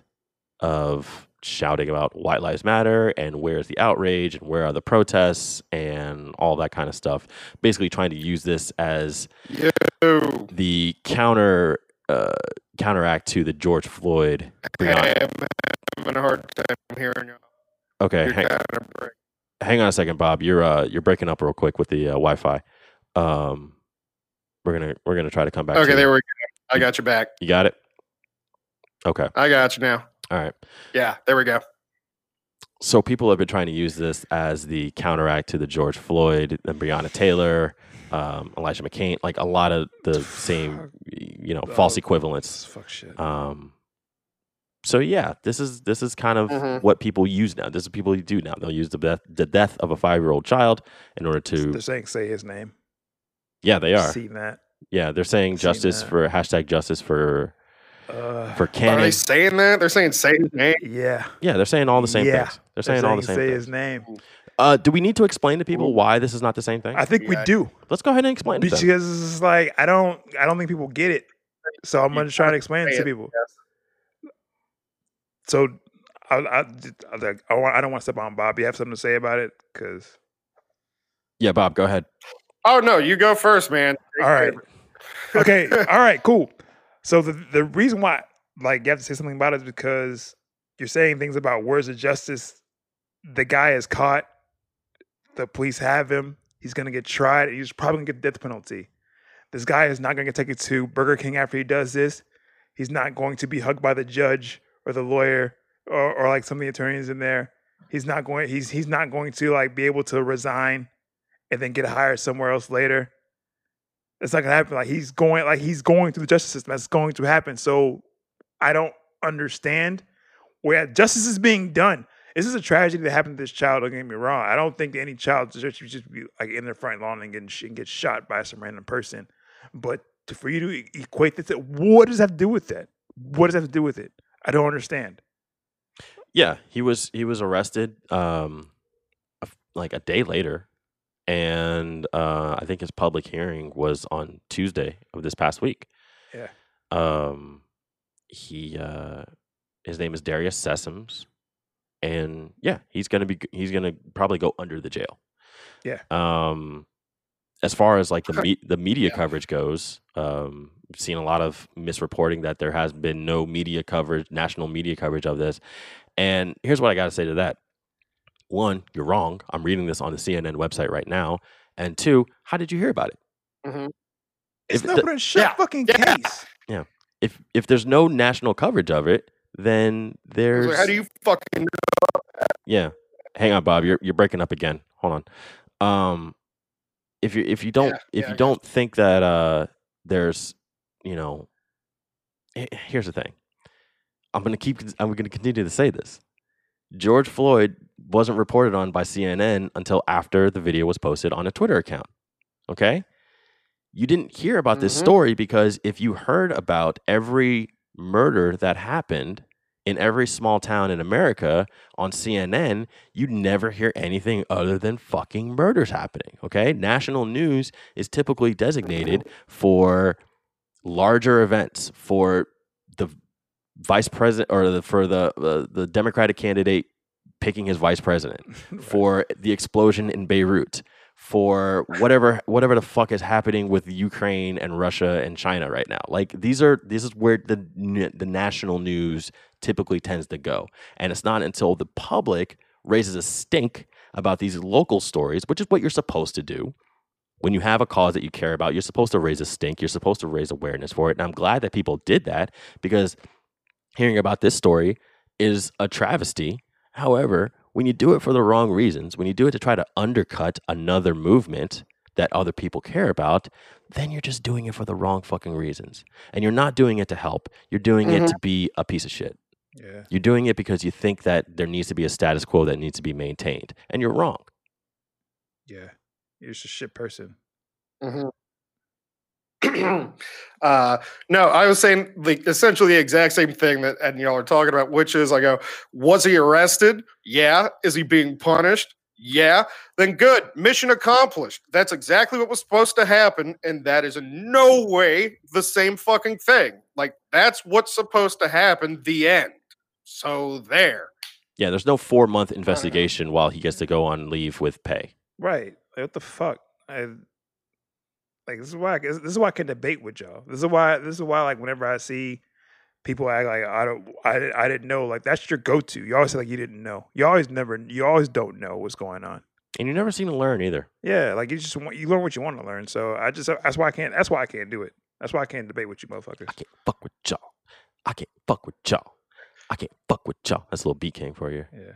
Speaker 2: of shouting about white lives matter and where's the outrage and where are the protests and all that kind of stuff basically trying to use this as
Speaker 5: Ooh.
Speaker 2: the counter uh, counteract to the George Floyd. Breonna-
Speaker 5: I'm having a hard time hearing you.
Speaker 2: Okay,
Speaker 5: You're
Speaker 2: hang,
Speaker 5: kind of break-
Speaker 2: hang on a second, Bob. You're uh you're breaking up real quick with the uh, Wi-Fi. Um, we're gonna we're gonna try to come back.
Speaker 5: Okay,
Speaker 2: to
Speaker 5: there
Speaker 2: You.
Speaker 5: we go. I got you back.
Speaker 2: you got it. Okay,
Speaker 5: I got you now.
Speaker 2: all right.
Speaker 5: Yeah, there we go.
Speaker 2: so people have been trying to use this as the counteract to the George Floyd and Breonna Taylor, um, Elijah McCain, like a lot of the same, you know, false
Speaker 3: Oh,
Speaker 2: equivalents.
Speaker 3: Fuck shit.
Speaker 2: Um, so yeah, this is this is kind of
Speaker 5: Mhm.
Speaker 2: what people use now. This is what people do now. They'll use the death the death of a five year old child in order to
Speaker 3: They're saying say his name.
Speaker 2: yeah they are
Speaker 3: Seen that.
Speaker 2: yeah they're saying
Speaker 3: I've seen
Speaker 2: justice
Speaker 3: that.
Speaker 2: for hashtag justice for
Speaker 3: Uh,
Speaker 2: for
Speaker 5: Are they
Speaker 2: Cannon.
Speaker 5: saying that? They're saying Satan's name.
Speaker 3: yeah.
Speaker 2: Yeah, they're saying all the same
Speaker 3: Yeah.
Speaker 2: things. They're saying, all the same
Speaker 3: say
Speaker 2: things.
Speaker 3: his name.
Speaker 2: Uh, do we need to explain to people why this is not the same thing?
Speaker 3: I think we
Speaker 5: Yeah.
Speaker 3: do
Speaker 2: Let's go ahead and explain. it then.
Speaker 3: because it's just like I don't I don't think people get it. So I'm
Speaker 5: You
Speaker 3: gonna try to explain it to
Speaker 5: say it,
Speaker 3: people. So I I, I, like, I want- I don't want to step on Bob. You have something to say about it because
Speaker 2: Yeah, Bob, go ahead.
Speaker 5: Oh no, you go first, man.
Speaker 3: all right. Okay. all right. Cool. So the the reason why like you have to say something about it is because you're saying things about words of justice. The guy is caught. The police have him. He's gonna get tried. and He's probably gonna get death penalty. This guy is not gonna get taken to Burger King after he does this. He's not going to be hugged by the judge or the lawyer or, or like some of the attorneys in there. He's not going. He's he's not going to like be able to resign and then get hired somewhere else later. It's not gonna happen. Like he's going, like he's going through the justice system. That's going to happen. So I don't understand where justice is being done. This is a tragedy that happened to this child. Don't get me wrong. I don't think that any child should should just be like in their front lawn and getting sh- and get shot by some random person. But to, for you to e- equate this, to- what does that have to do with that? What does that have to do with it? I don't understand.
Speaker 2: Yeah, he was he was arrested um a f- like a day later and uh I think his public hearing was on Tuesday of this past week.
Speaker 3: Yeah.
Speaker 2: Um he uh his name is Darius Sessoms and yeah, he's going to be g- he's going to probably go under the jail.
Speaker 3: Yeah.
Speaker 2: Um as far as like the me- the media
Speaker 5: Yeah.
Speaker 2: coverage goes, um, seen a lot of misreporting that there has been no media coverage, national media coverage of this. And here's what I got to say to that: one, you're wrong. I'm reading this on the CNN website right now. And two, how did you hear about it?
Speaker 3: It's
Speaker 2: If
Speaker 3: not
Speaker 2: the-
Speaker 3: put in shit
Speaker 5: yeah,
Speaker 3: fucking
Speaker 5: yeah.
Speaker 3: case.
Speaker 2: If if there's no national coverage of it, then there's
Speaker 5: How do you fucking
Speaker 2: yeah. Hang on, Bob. You're you're breaking up again. Hold on. Um, if you if you don't if
Speaker 5: yeah, I
Speaker 2: you
Speaker 5: got
Speaker 2: don't think that uh there's you know h- here's the thing. I'm gonna keep cons- I'm gonna continue to say this. George Floyd wasn't reported on by CNN until after the video was posted on a Twitter account. Okay? You didn't hear about this
Speaker 5: Mhm.
Speaker 2: story because if you heard about every murder that happened in every small town in America on CNN, you'd never hear anything other than fucking murders happening. Okay? National news is typically designated for larger events, for the vice president or the, for the uh, the Democratic candidate picking his vice president, for the explosion in Beirut, for whatever whatever the fuck is happening with Ukraine and Russia and China right now. Like these are this is where the n- the national news typically tends to go, and it's not until the public raises a stink about these local stories, which is what you're supposed to do. When you have a cause that you care about, you're supposed to raise a stink. You're supposed to raise awareness for it. And I'm glad that people did that because hearing about this story is a travesty. However, when you do it for the wrong reasons, when you do it to try to undercut another movement that other people care about, then you're just doing it for the wrong fucking reasons. And you're not doing it to help. You're doing it to be a piece of shit.
Speaker 3: Yeah.
Speaker 2: You're doing it because you think that there needs to be a status quo that needs to be maintained. And you're wrong.
Speaker 3: Yeah. You're just a shit person.
Speaker 5: Mhm. Mm-hmm. uh, no, I was saying like essentially the exact same thing that Ed and y'all are talking about, which is I go, was he arrested? Yeah. Is he being punished? Yeah. Then good, mission accomplished. That's exactly what was supposed to happen, and that is in no way the same fucking thing. Like that's what's supposed to happen. The end. So there.
Speaker 2: Yeah, there's no four month investigation while he gets to go on leave with pay.
Speaker 3: Right. Like, what the fuck? I, like this is why I, this is why I can debate with y'all. This is why this is why like whenever I see people act like I don't, I, di- I didn't know. Like that's your go-to. You always say like you didn't know. You always never, you always don't know what's going on.
Speaker 2: And you never seem to learn either.
Speaker 3: Yeah, like you just want, you learn what you want to learn. So I just that's why I can't. That's why I can't do it. That's why I can't debate with you, motherfuckers.
Speaker 2: I can't fuck with y'all. I can't fuck with y'all. I can't fuck with y'all. That's a little B King for you.
Speaker 3: Yeah.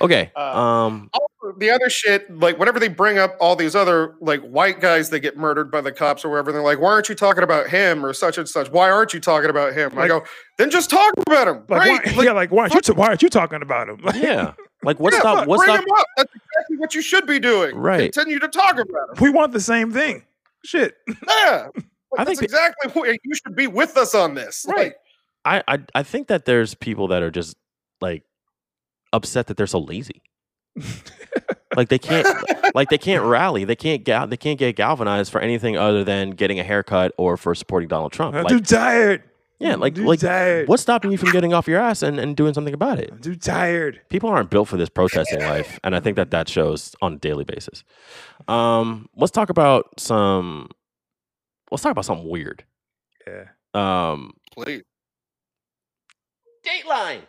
Speaker 2: Okay.
Speaker 5: Uh,
Speaker 2: um.
Speaker 5: Also, the other shit, like whenever they bring up all these other like white guys that get murdered by the cops or wherever, they're like, "Why aren't you talking about him or such and such? Why aren't you talking about him?" I
Speaker 3: Like-
Speaker 5: go, "Then just talk about him,
Speaker 3: Like,
Speaker 5: right?
Speaker 3: why,
Speaker 5: Like,
Speaker 3: yeah, like why aren't you? T- why aren't you talking about him? Like,
Speaker 2: Yeah. Like what's
Speaker 5: yeah,
Speaker 2: stop?
Speaker 5: fuck,
Speaker 2: what's
Speaker 5: bring
Speaker 2: stop?
Speaker 5: him up. That's exactly what you should be doing.
Speaker 2: Right.
Speaker 5: Continue to talk about him.
Speaker 3: we want the same thing. Shit.
Speaker 5: Yeah,
Speaker 2: I
Speaker 5: I
Speaker 2: think
Speaker 5: think
Speaker 2: that-
Speaker 5: exactly where you should be with us on this.
Speaker 2: Right. I, I I think that there's people that are just like upset that they're so lazy. like they can't like they can't rally. They can't gal- they can't get galvanized for anything other than getting a haircut or for supporting Donald Trump.
Speaker 3: I'm
Speaker 2: Like
Speaker 3: too tired.
Speaker 2: yeah,
Speaker 3: I'm
Speaker 2: like
Speaker 3: too
Speaker 2: like
Speaker 3: tired.
Speaker 2: what's stopping you from getting off your ass and, and doing something about it?
Speaker 3: I'm too tired.
Speaker 2: People aren't built for this protesting life, and I think that that shows on a daily basis. Um, let's talk about some. Let's talk about something weird.
Speaker 3: Yeah.
Speaker 2: Um,
Speaker 5: Please.
Speaker 2: Dateline.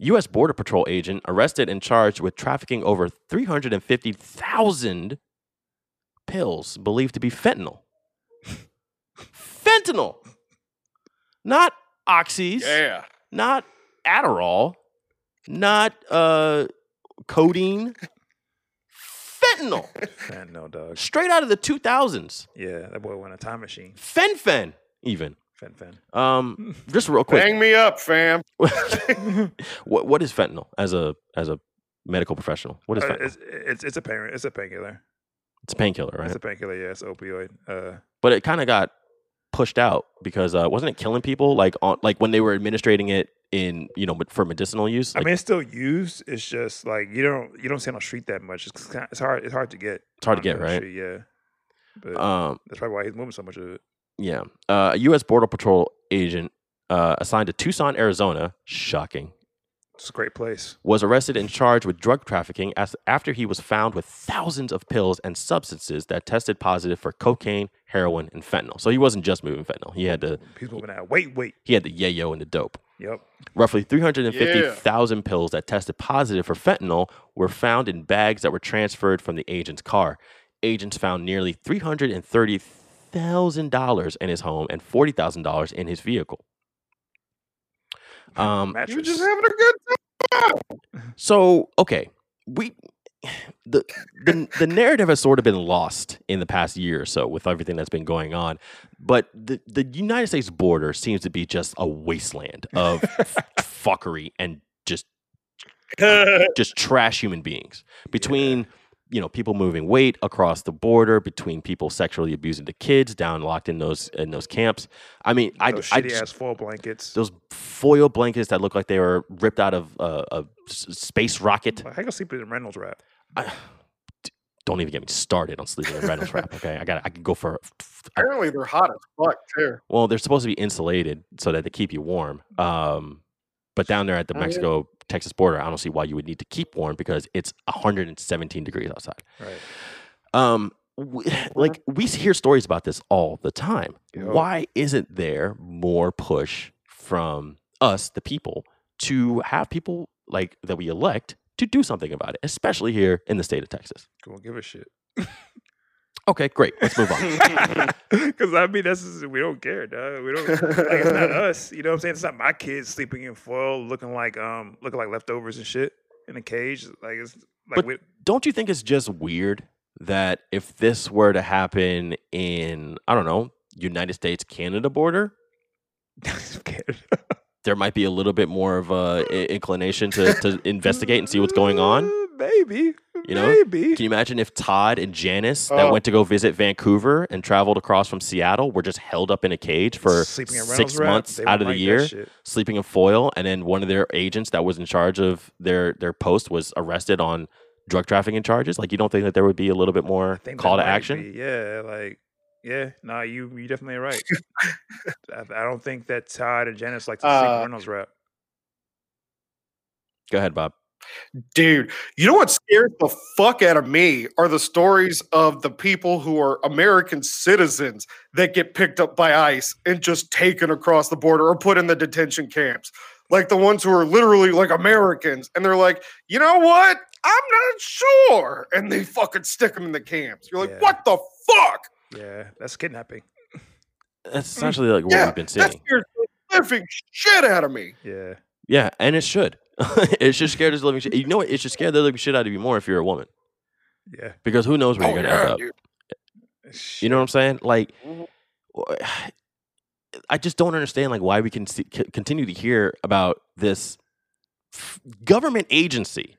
Speaker 2: U.S. Border Patrol agent arrested and charged with trafficking over 350,000 pills believed to be fentanyl. fentanyl. Not oxys,
Speaker 5: Yeah.
Speaker 2: not Adderall, not uh, codeine. Fentanyl.
Speaker 3: Man, no dog.
Speaker 2: Straight out of the 2000s.
Speaker 3: Yeah, that boy went a time machine.
Speaker 2: Fenfen, even.
Speaker 3: Fen Fen.
Speaker 2: Um, just real quick.
Speaker 5: Hang me up, fam.
Speaker 2: what what is fentanyl as a as a medical professional? What is
Speaker 3: Uh,
Speaker 2: fentanyl? It's,
Speaker 3: it's, it's it's a pain. It's a painkiller.
Speaker 2: a painkiller, right?
Speaker 3: It's a painkiller. Yeah, it's opioid. Uh,
Speaker 2: but it kind of got pushed out because uh, wasn't it killing people like on like when they were administering it in you know med- for medicinal use?
Speaker 3: I
Speaker 2: Like,
Speaker 3: mean, it's still used. It's just like you don't you don't see it on the street that much. It's kind it's hard. It's hard to get.
Speaker 2: it's hard to
Speaker 3: on
Speaker 2: get
Speaker 3: the
Speaker 2: right.
Speaker 3: street, yeah, but
Speaker 2: Um,
Speaker 3: that's probably why he's moving so much of it.
Speaker 2: yeah, uh, a U.S. Border Patrol agent uh, assigned to Tucson, Arizona, shocking,
Speaker 3: It's a great place.
Speaker 2: was arrested and charged with drug trafficking as, after he was found with thousands of pills and substances that tested positive for cocaine, heroin, and fentanyl. So he wasn't just moving fentanyl; he had the
Speaker 3: He's moving out. Wait, wait.
Speaker 2: he had the yayo and the dope.
Speaker 3: Yep.
Speaker 2: Roughly 350,000 pills that tested positive for fentanyl were found in bags that were transferred from the agent's car. Agents found nearly $330,000 in his home and $40,000 in his vehicle. Um,
Speaker 5: You were
Speaker 3: Mattress.
Speaker 5: just having a good time.
Speaker 2: so, okay, we the, the the narrative has sort of been lost in the past year or so with everything that's been going on, but the the United States border seems to be just a wasteland of f- fuckery and just just trash human beings between you know people moving weight across the border between people sexually abusing the kids down locked in those in those camps i mean i,
Speaker 3: Those
Speaker 2: I
Speaker 3: shitty
Speaker 2: just-
Speaker 3: ass foil blankets.
Speaker 2: those foil blankets that look like they were ripped out of uh, a s- space rocket
Speaker 3: Like, how you sleep in a Reynolds wrap?
Speaker 2: I, don't even get me started on sleeping in Reynolds wrap okay i got i could go for I-
Speaker 5: Apparently, they're hot as fuck too.
Speaker 2: well they're supposed to be insulated so that they keep you warm um but down there at the
Speaker 5: Oh, yeah.
Speaker 2: mexico texas border i don't see why you would need to keep warm because it's 117 degrees outside
Speaker 3: Right.
Speaker 2: Um, w like we s- hear stories about this all the time.
Speaker 3: Yeah.
Speaker 2: Why isn't there more push from us, the people, to have people like that we elect to do something about it, especially here in the state of Texas?
Speaker 3: Don't give a shit.
Speaker 2: Okay, great. Let's move on.
Speaker 3: Because I mean, that's just, we don't care, dog. We don't. Like, it's not us. You know what I'm saying? It's not my kids sleeping in foil, looking like um, looking like leftovers and shit in a cage. Like it's like
Speaker 2: But-
Speaker 3: we,
Speaker 2: Don't you think it's just weird that if this were to happen in I don't know United States Canada border, there might be a little bit more of a i- inclination to, to investigate and see what's going on.
Speaker 3: Uh, Maybe.
Speaker 2: You know,
Speaker 3: Maybe.
Speaker 2: Can you imagine if Todd and Janice that
Speaker 5: Oh.
Speaker 2: went to go visit Vancouver and traveled across from Seattle were just held up in a cage for
Speaker 3: Sleeping in
Speaker 2: six
Speaker 3: Reynolds wrap,
Speaker 2: months
Speaker 3: they
Speaker 2: out
Speaker 3: wouldn't
Speaker 2: of the
Speaker 3: like that
Speaker 2: year,
Speaker 3: shit.
Speaker 2: sleeping in foil, and then one of their agents that was in charge of their their post was arrested on drug trafficking charges? Like, you don't think that there would be a little bit more
Speaker 3: I think that
Speaker 2: call to
Speaker 3: might
Speaker 2: action?
Speaker 3: be- yeah, like yeah. Nah, you you definitely are right. I, I don't think that Todd and Janice like to sleep in
Speaker 5: Uh,
Speaker 3: Reynolds wrap.
Speaker 2: Go ahead, Bob.
Speaker 5: Dude, you know what scares the fuck out of me are the stories of the people who are American citizens that get picked up by ICE and just taken across the border or put in the detention camps. Like the ones who are literally like Americans and they're like, you know what? I'm not sure. And they fucking stick them in the camps. You're like,
Speaker 3: Yeah.
Speaker 5: what the fuck?
Speaker 3: Yeah, that's kidnapping.
Speaker 2: That's essentially like what
Speaker 5: Mm. Yeah,
Speaker 2: we've been
Speaker 5: That
Speaker 2: seeing.
Speaker 5: scares the living shit out of me.
Speaker 3: Yeah.
Speaker 2: Yeah, and it should. it should scare the living shit. You know what? It should scare the living shit out of you more if you're a woman,
Speaker 3: Yeah.
Speaker 2: because who knows
Speaker 5: Oh,
Speaker 2: where you're gonna end up.
Speaker 5: dude.
Speaker 2: You know what I'm saying? Like,
Speaker 5: Mhm.
Speaker 2: wh- I just don't understand like why we can see, c- continue to hear about this f- government agency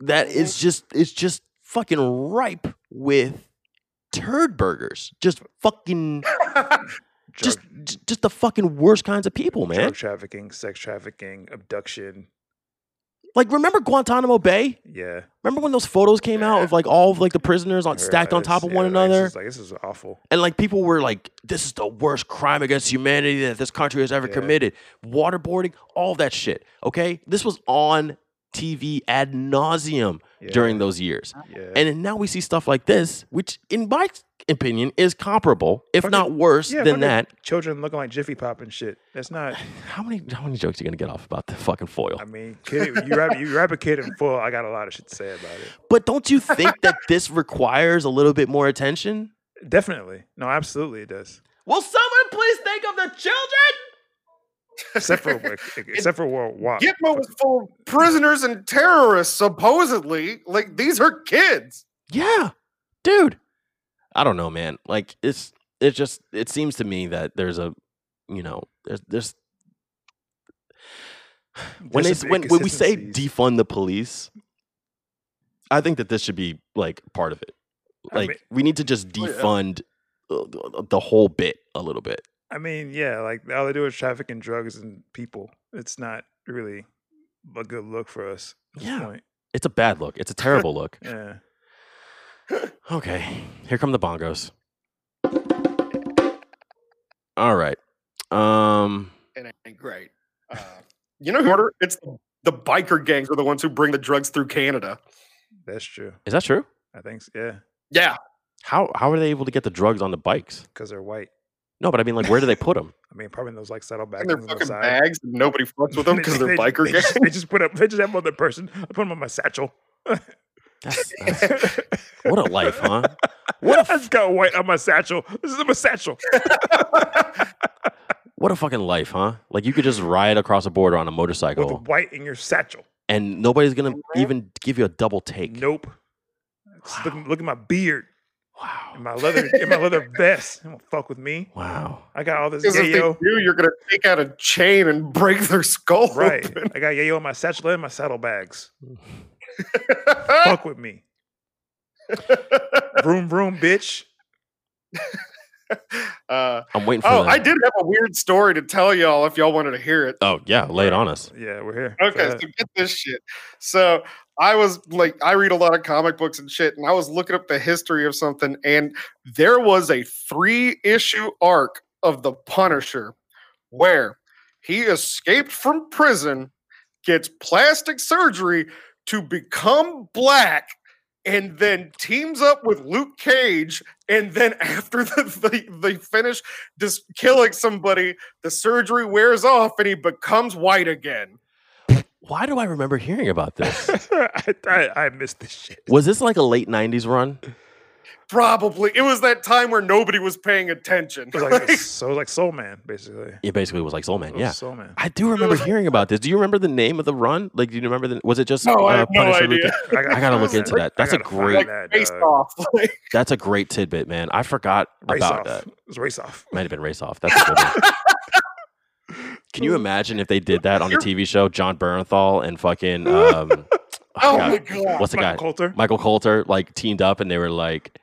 Speaker 2: that
Speaker 5: Mm-hmm.
Speaker 2: is just it's just fucking ripe with turd burgers, just fucking
Speaker 3: Drug,
Speaker 2: just j- just the fucking worst kinds of people, man.
Speaker 3: drug trafficking, sex trafficking, abduction.
Speaker 2: Like, remember Guantanamo Bay?
Speaker 3: Yeah.
Speaker 2: Remember when those photos came out of like all of like the prisoners on stacked on top
Speaker 3: Terrorists,
Speaker 2: of
Speaker 3: yeah,
Speaker 2: one
Speaker 3: like, it's
Speaker 2: another?
Speaker 3: just Like this is awful.
Speaker 2: And like people were like, this is the worst crime against humanity that this country has ever
Speaker 3: Yeah.
Speaker 2: committed. Waterboarding, all that shit. Okay. This was on TV ad nauseum
Speaker 3: Yeah.
Speaker 2: during those years.
Speaker 3: Yeah.
Speaker 2: And then now we see stuff like this, which in my opinion is comparable, if
Speaker 3: Fucking-
Speaker 2: not worse
Speaker 3: yeah,
Speaker 2: than
Speaker 3: fucking
Speaker 2: that.
Speaker 3: Children looking like Jiffy Pop and shit. That's not.
Speaker 2: How many how many jokes are you gonna get off about the fucking foil?
Speaker 3: I mean, kid, you wrap you wrap a kid in full. I got a lot of shit to say about it.
Speaker 2: But don't you think that this requires a little bit more attention?
Speaker 3: Definitely. No, absolutely, it does.
Speaker 2: Will someone please think of the children?
Speaker 3: Except for except for World War.
Speaker 5: Gitmo was full of prisoners and terrorists, supposedly. Like these are kids.
Speaker 2: Yeah, dude. I don't know, man. Like it's it just it seems to me that there's a you know there's there's when
Speaker 3: There's
Speaker 2: they
Speaker 3: some
Speaker 2: when, when we say
Speaker 3: inconsistencies.
Speaker 2: defund the police, I think that this should be like part of it.
Speaker 3: I
Speaker 2: Like
Speaker 3: mean-
Speaker 2: we need to just
Speaker 5: Oh, yeah.
Speaker 2: defund uh, the- the whole bit a little bit.
Speaker 3: I mean, yeah, like all they do is traffic in drugs and people. It's not really a good look for us. at this
Speaker 2: Yeah.
Speaker 3: point.
Speaker 2: It's a bad look. It's a terrible look.
Speaker 3: Yeah.
Speaker 2: Okay, here come the bongos. All right. Um.
Speaker 5: And it ain't great. Uh, you know who order? It's the biker gangs are the ones who bring the drugs through Canada.
Speaker 3: That's true.
Speaker 2: Is that true?
Speaker 3: I think. s- Yeah,
Speaker 5: Yeah.
Speaker 2: How how are they able to get the drugs on the bikes?
Speaker 3: because they're white.
Speaker 2: No, but I mean, like, where do they put them?
Speaker 3: I mean, probably in those like saddlebags
Speaker 5: And
Speaker 3: on
Speaker 5: they're
Speaker 3: the
Speaker 5: fucking
Speaker 3: side.
Speaker 5: bags. And nobody fucks with them because they're biker
Speaker 3: they
Speaker 5: gangs.
Speaker 3: Just, they just put up. They just have other person. I put them on my satchel.
Speaker 2: what a life, huh?
Speaker 3: What if I just got white on my satchel? This is on my satchel.
Speaker 2: What a fucking life, huh? Like, you could just ride across a border on a
Speaker 3: With
Speaker 2: motorcycle,
Speaker 3: white in your satchel.
Speaker 2: and nobody's gonna even give you a double take.
Speaker 3: Nope. Just Look, look at my beard
Speaker 5: Oh,
Speaker 3: and
Speaker 2: Wow.
Speaker 3: my leather and my leather vest. They won't fuck with me.
Speaker 2: Wow.
Speaker 3: I got all this
Speaker 5: Because if they
Speaker 3: yayo.
Speaker 5: do, you're gonna take out a chain and break their skull.
Speaker 3: Right.
Speaker 5: open.
Speaker 3: I got yayo in my satchel and my saddlebags. fuck with me. Vroom vroom, bitch.
Speaker 5: uh,
Speaker 2: I'm waiting for.
Speaker 5: oh,
Speaker 2: the-
Speaker 5: I did have a weird story to tell y'all if y'all wanted to hear it.
Speaker 2: Oh yeah, lay it on us.
Speaker 3: Yeah, we're here. for
Speaker 5: Okay, so
Speaker 3: that.
Speaker 5: get this shit. So I was like, I read a lot of comic books and shit, and I was looking up the history of something, and there was a three issue arc of The Punisher where he escaped from prison, gets plastic surgery to become black. And then teams up with Luke Cage, and then after the, they, they finish just killing somebody, the surgery wears off, and he becomes white again.
Speaker 2: Why do I remember hearing about this?
Speaker 3: I, I, I missed this shit.
Speaker 2: Was this like a late '90s run?
Speaker 5: Probably. It was that time where nobody was paying attention.
Speaker 3: It was like a- so, it was like Soul Man, basically.
Speaker 2: It basically was like Soul
Speaker 3: It
Speaker 2: Man.
Speaker 3: was
Speaker 2: Yeah,
Speaker 3: Soul Man.
Speaker 2: I do remember hearing about this. Do you remember the name of the run? Like, do you remember the? Was it just uh,
Speaker 5: No, I have no
Speaker 2: Punisher Luke
Speaker 5: idea.
Speaker 2: Cage?
Speaker 3: I, gotta
Speaker 2: I gotta
Speaker 3: find
Speaker 2: look into that.
Speaker 3: I
Speaker 2: That's a
Speaker 3: gotta find
Speaker 2: great-
Speaker 3: that,
Speaker 5: Face
Speaker 3: dog.
Speaker 5: off. Like,
Speaker 2: That's a great tidbit, man. I forgot
Speaker 3: race
Speaker 2: about
Speaker 3: off.
Speaker 2: that.
Speaker 3: It was race off.
Speaker 2: Might have been race off. That's a good one. Can you imagine if they did that on a TV show? John Bernthal and fucking um,
Speaker 5: oh
Speaker 2: God.
Speaker 5: my god.
Speaker 2: what's the guy?
Speaker 3: Michael Coulter.
Speaker 2: Michael Coulter like teamed up and they were like,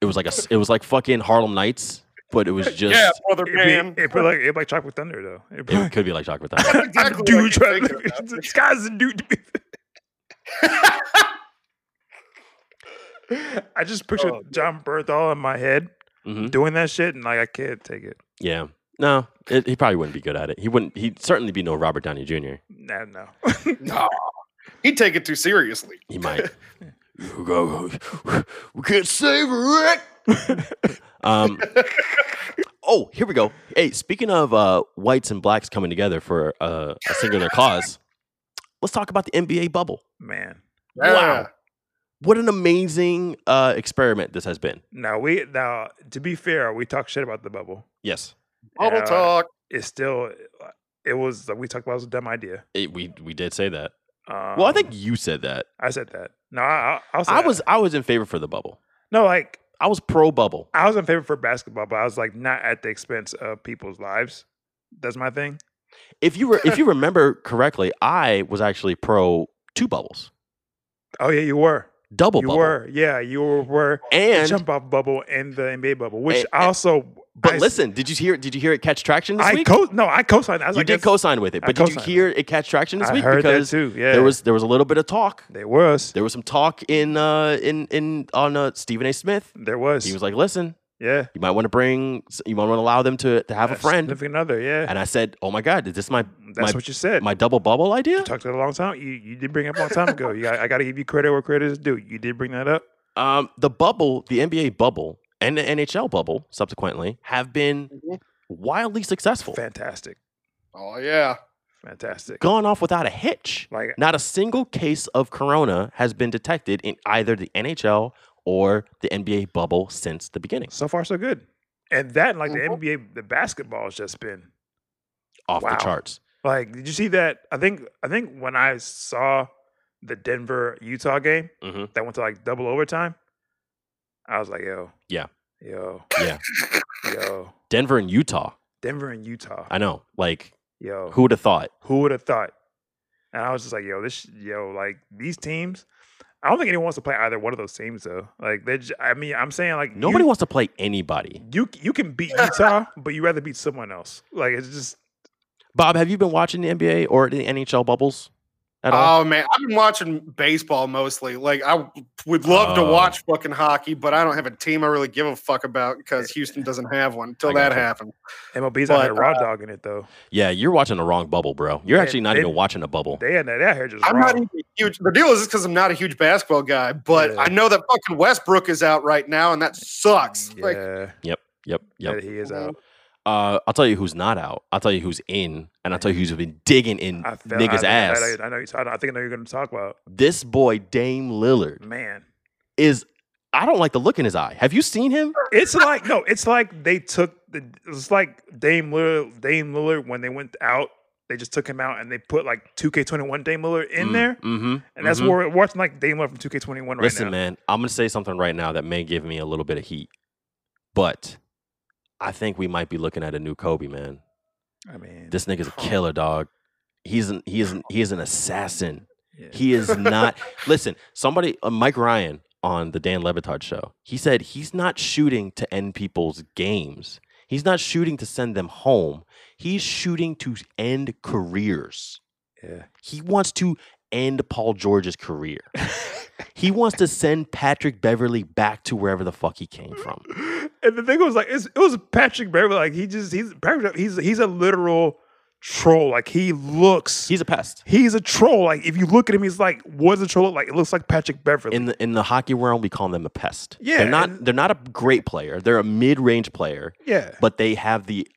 Speaker 2: it was like a s- it was like fucking Harlem Nights, but it was just
Speaker 5: yeah, brother man.
Speaker 3: It'd be, it'd be like it'd be like Chocolate Thunder though. It'd be
Speaker 2: it
Speaker 3: like,
Speaker 2: could be like Shock with Thunder.
Speaker 3: I'm the
Speaker 5: Exactly
Speaker 3: dude
Speaker 5: what you're
Speaker 3: trying
Speaker 5: thinking
Speaker 3: to.
Speaker 5: about.
Speaker 3: This guy's the dude. I just pictured
Speaker 5: Oh,
Speaker 3: John Berthal in my head
Speaker 2: Mhm.
Speaker 3: doing that shit, and like I can't take it.
Speaker 2: Yeah, no, it, he probably wouldn't be good at it. He wouldn't. He'd certainly be no Robert Downey Jr.
Speaker 3: Nah, no.
Speaker 5: No, he'd take it too seriously.
Speaker 2: He might. We go- we can't save Rick. um, oh, here we go. Hey, speaking of uh, whites and blacks coming together for uh, a singular cause, let's talk about the NBA bubble.
Speaker 3: Man.
Speaker 5: Yeah.
Speaker 2: What an amazing uh, experiment this has been.
Speaker 3: Now we now to be fair, we talk shit about the bubble.
Speaker 2: Yes,
Speaker 5: Bubble
Speaker 3: Yeah.
Speaker 5: talk.
Speaker 3: It's still uh, it was we talked about it was a dumb idea.
Speaker 2: it, we we did say that.
Speaker 3: Um,
Speaker 2: Well, I think you said that.
Speaker 3: I said that. No, I, I, I'll say
Speaker 2: I
Speaker 3: that.
Speaker 2: was I was in favor for the bubble.
Speaker 3: no like
Speaker 2: I was pro bubble.
Speaker 3: I was in favor for basketball, but I was like not at the expense of people's lives. That's my thing.
Speaker 2: If you were if you remember correctly, I was actually pro two bubbles,
Speaker 3: Oh yeah, you were.
Speaker 2: double
Speaker 3: you
Speaker 2: bubble,
Speaker 3: were. Yeah, you were. were the
Speaker 2: and
Speaker 3: jump off bubble and the NBA bubble, which
Speaker 2: And- and-
Speaker 3: also.
Speaker 2: But
Speaker 3: I s-
Speaker 2: listen, did you hear? Did you hear it catch traction this
Speaker 3: I
Speaker 2: week?
Speaker 3: co no, I co-signed. I was
Speaker 2: you
Speaker 3: like,
Speaker 2: did
Speaker 3: that's-
Speaker 2: co-sign with it,
Speaker 3: I
Speaker 2: but did you
Speaker 3: co-signed
Speaker 2: hear it catch traction this
Speaker 3: I
Speaker 2: week?
Speaker 3: heard that
Speaker 2: because
Speaker 3: too. Yeah,
Speaker 2: there was there was a little bit of talk.
Speaker 3: There was.
Speaker 2: There was some talk in uh, in in on uh, Stephen A. Smith.
Speaker 3: There was.
Speaker 2: He was like, "Listen,
Speaker 3: yeah,
Speaker 2: you might want to bring, you might want to allow them to to have a friend."
Speaker 3: significant other. Yeah,
Speaker 2: And I said, "Oh my God, is this my my,
Speaker 3: that's what you said.
Speaker 2: my double bubble idea?"
Speaker 3: you talked to it a long time. You you did bring it up a long time ago. You got, I got to give you credit where credit is due. You did bring that up.
Speaker 2: Um, the bubble, the NBA bubble, and the NHL bubble, subsequently, have been
Speaker 5: Mhm.
Speaker 2: wildly successful,
Speaker 3: Fantastic,
Speaker 5: Oh yeah.
Speaker 3: fantastic.
Speaker 2: gone off without a hitch.
Speaker 3: Like
Speaker 2: Not a single case of corona has been detected in either the NHL or the NBA bubble since the beginning.
Speaker 3: so far so good. And that like the
Speaker 2: Mm-hmm.
Speaker 5: Mhm.
Speaker 3: NBA, the basketball has just been
Speaker 2: Off
Speaker 3: Wow.
Speaker 2: the charts.
Speaker 3: like. Did you see that? I think I think when I saw the Denver Utah game
Speaker 2: Mhm.
Speaker 3: that went to like double overtime, I was like, yo,
Speaker 2: Yeah.
Speaker 3: yo,
Speaker 2: Yeah.
Speaker 3: yo,
Speaker 2: Denver and Utah.
Speaker 3: Denver and Utah,
Speaker 2: I know. Like,
Speaker 3: yo,
Speaker 2: who would have thought?
Speaker 3: Who would have thought? And I was just like, yo, this, yo, like these teams. I don't think anyone wants to play either one of those teams though. Like they, j- I mean, I'm saying like
Speaker 2: Nobody
Speaker 3: you,
Speaker 2: wants to play anybody.
Speaker 3: You you can beat Utah, but you rather beat someone else. Like it's just
Speaker 2: Bob, have you been watching the NBA or the NHL bubbles at
Speaker 3: Uh,
Speaker 2: all?
Speaker 5: Oh man, I've been watching baseball mostly. Like I w- would love to
Speaker 2: Oh.
Speaker 5: watch fucking hockey, but I don't have a team I really give a fuck about because Houston doesn't have one until
Speaker 2: I got
Speaker 5: that
Speaker 2: you.
Speaker 5: happened.
Speaker 3: MLB's out
Speaker 5: But, uh,
Speaker 3: here raw dogging it though.
Speaker 2: yeah, you're watching the wrong bubble, bro. You're
Speaker 3: They-
Speaker 2: actually not
Speaker 3: they-
Speaker 2: even watching a bubble.
Speaker 3: They and they out here just
Speaker 5: I'm
Speaker 3: raw.
Speaker 5: not even a huge. The deal is because I'm not a huge basketball guy, but
Speaker 3: Yeah.
Speaker 5: I know that fucking Westbrook is out right now, and that sucks.
Speaker 3: yeah,
Speaker 5: Like
Speaker 2: yep, yep.
Speaker 3: yeah, he is out.
Speaker 2: Uh, I'll tell you who's not out. I'll tell you who's in, and I'll tell you who's been digging in
Speaker 3: I felt,
Speaker 2: niggas'
Speaker 3: I,
Speaker 2: ass.
Speaker 3: I, I know. You, I, know- I think I know you're going to talk about
Speaker 2: this boy Dame Lillard
Speaker 3: man.
Speaker 2: is. I don't like the look in his eye. Have you seen him?
Speaker 3: It's like no, it's like they took the. It's like Dame Lillard. Dame Lillard when they went out, they just took him out and they put like 2K21 Dame Lillard in there,
Speaker 2: Mm-hmm.
Speaker 3: and that's where we're watching like Dame Lillard from 2K21 right
Speaker 2: Listen,
Speaker 3: now.
Speaker 2: man, I'm gonna say something right now that may give me a little bit of heat, but I think we might be looking at a new Kobe, man.
Speaker 3: I mean,
Speaker 2: This nigga's a killer, dog. He's an he is an, he is an assassin.
Speaker 3: yeah.
Speaker 2: He is not. listen, somebody, uh, Mike Ryan on the Dan Levitard show, he said he's not shooting to end people's games. He's not shooting to send them home. He's shooting to end careers.
Speaker 3: yeah.
Speaker 2: He wants to end Paul George's career. he wants to send Patrick Beverly back to wherever the fuck he came from.
Speaker 3: And the thing was like it's, it was Patrick Beverly. Like he just he's Patrick. He's he's a literal troll. Like he looks.
Speaker 2: He's a pest.
Speaker 3: He's a troll. Like if you look at him, he's like, what does a troll look like? It looks like Patrick Beverly.
Speaker 2: In the in the hockey realm, we call them a pest.
Speaker 3: Yeah,
Speaker 2: they're not
Speaker 3: and-
Speaker 2: they're not a great player. They're a mid range player.
Speaker 3: yeah.
Speaker 2: but they have the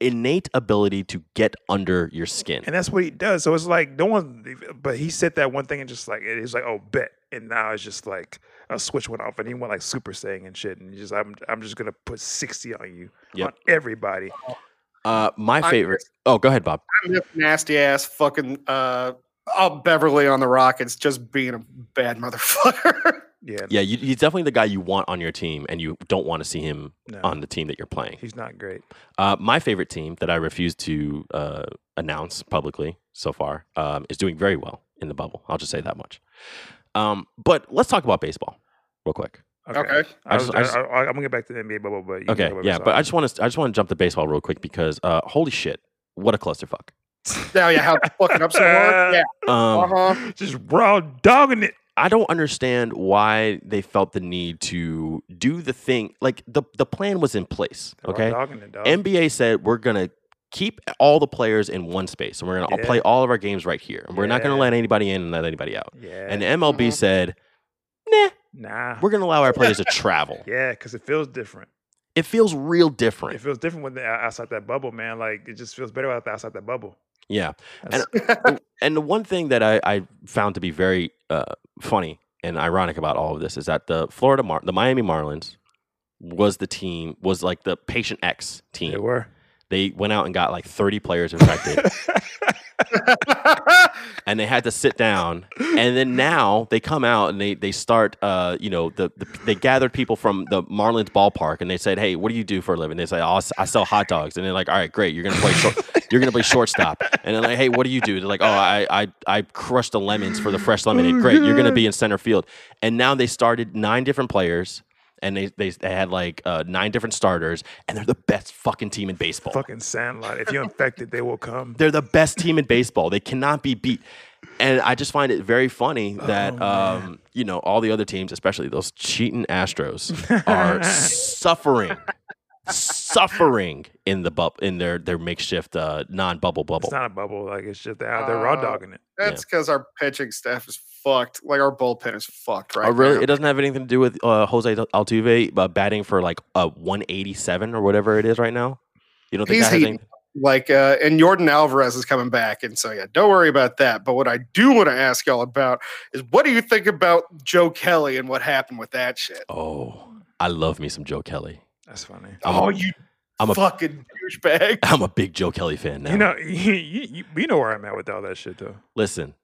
Speaker 2: innate ability to get under your skin.
Speaker 3: And that's what he does. So it's like no one, but he said that one thing and just like it is like oh bet, and now it's just like a switch went off and he went like Super Saiyan and shit, and he's just I'm I'm just gonna put sixty on you
Speaker 2: Yep.
Speaker 3: on everybody.
Speaker 2: Uh, my
Speaker 5: I-
Speaker 2: favorite. Oh, go ahead, Bob.
Speaker 5: I'm just nasty ass fucking uh, uh, Beverly on the Rockets just being a bad motherfucker.
Speaker 3: Yeah,
Speaker 2: Yeah, you, he's definitely the guy you want on your team, and you don't want to see him
Speaker 3: no,
Speaker 2: on the team that you're playing.
Speaker 3: he's not great.
Speaker 2: Uh, my favorite team that I refuse to uh, announce publicly so far um, is doing very well in the bubble. I'll just say that much. Um, but let's talk about baseball real quick.
Speaker 3: Okay,
Speaker 5: Okay.
Speaker 2: I
Speaker 3: I was,
Speaker 2: just-
Speaker 3: I
Speaker 2: I just-
Speaker 3: I, am gonna get back to the NBA bubble, but you can
Speaker 2: Okay,
Speaker 3: talk about
Speaker 2: yeah,
Speaker 3: yourself.
Speaker 2: but I just want to I just want to jump to baseball real quick because uh, holy shit, what a clusterfuck.
Speaker 5: now you have fucking up so hard. Yeah.
Speaker 2: Um,
Speaker 5: Uh huh.
Speaker 3: just raw dogging it.
Speaker 2: I don't understand why they felt the need to do the thing. Like the the plan was in place.
Speaker 3: Raw
Speaker 2: Okay,
Speaker 3: dogging it, dog.
Speaker 2: NBA said we're gonna keep all the players in one space, and we're gonna all play
Speaker 3: Yeah.
Speaker 2: all of our games right here. And we're not gonna
Speaker 3: Yeah.
Speaker 2: let anybody in and let anybody out.
Speaker 3: Yeah. Mm-hmm.
Speaker 2: And the MLB said, "Nah,
Speaker 3: nah.
Speaker 2: we're gonna allow our players to travel."
Speaker 3: Yeah, because it feels different.
Speaker 2: It feels real
Speaker 3: It
Speaker 2: different.
Speaker 3: feels different when they're outside that bubble, man. Like it just feels better without outside that bubble.
Speaker 2: Yeah.
Speaker 3: That's-
Speaker 2: And the one thing that I, I found to be very uh, funny and ironic about all of this is that the Florida Mar- the Miami Marlins was the team was like the patient X
Speaker 3: they
Speaker 2: team.
Speaker 3: were.
Speaker 2: They went out and got like 30 players infected
Speaker 5: uh-huh.
Speaker 2: and they had to sit down. And then now they come out and they they start uh you know the, the they gathered people from the Marlins ballpark and they said, "Hey, what do you do for a living?" They say, "Oh, I s- "I sell hot dogs." And they're like, "All right, great. You're going to play short you're going to play shortstop." And they're like, "Hey, what do you do?" They're like, "Oh, I I I crush the lemons for the fresh lemonade. Great. You're going to be in center field." And now they started nine different players. And they, they, they had like uh, nine different starters, and they're the best fucking team in baseball.
Speaker 3: Fucking sandlot. If you're infected, they will come.
Speaker 2: They're the best team in baseball. They cannot be beat. And I just find it very funny
Speaker 5: Oh,
Speaker 2: that um, you know all the other teams, especially those cheating Astros, are suffering, suffering in the bub in their their makeshift uh, non bubble bubble.
Speaker 3: It's not a bubble. Like it's just they're out there raw
Speaker 5: Uh,
Speaker 3: dogging it.
Speaker 5: That's because our pitching staff is fucked. Like our bullpen is fucked right
Speaker 2: Oh, really? It
Speaker 5: now.
Speaker 2: doesn't have anything to do with uh, Jose Altuve uh, batting for like uh, 187 or whatever it is right now. You don't think that
Speaker 5: He's
Speaker 2: has
Speaker 5: heating.
Speaker 2: anything?
Speaker 5: Like, uh, and Jordan Alvarez is coming back, and so yeah, don't worry about that. But what I do want to ask y'all about is, what do you think about Joe Kelly and what happened with that shit?
Speaker 2: Oh, I love me some Joe Kelly.
Speaker 3: That's funny.
Speaker 2: I'm
Speaker 5: Oh,
Speaker 2: a-
Speaker 5: you
Speaker 2: I'm a-
Speaker 5: fucking douchebag!
Speaker 2: I'm a big Joe Kelly fan now.
Speaker 3: You know, you, you, you know where I'm at with all that shit though.
Speaker 2: Listen,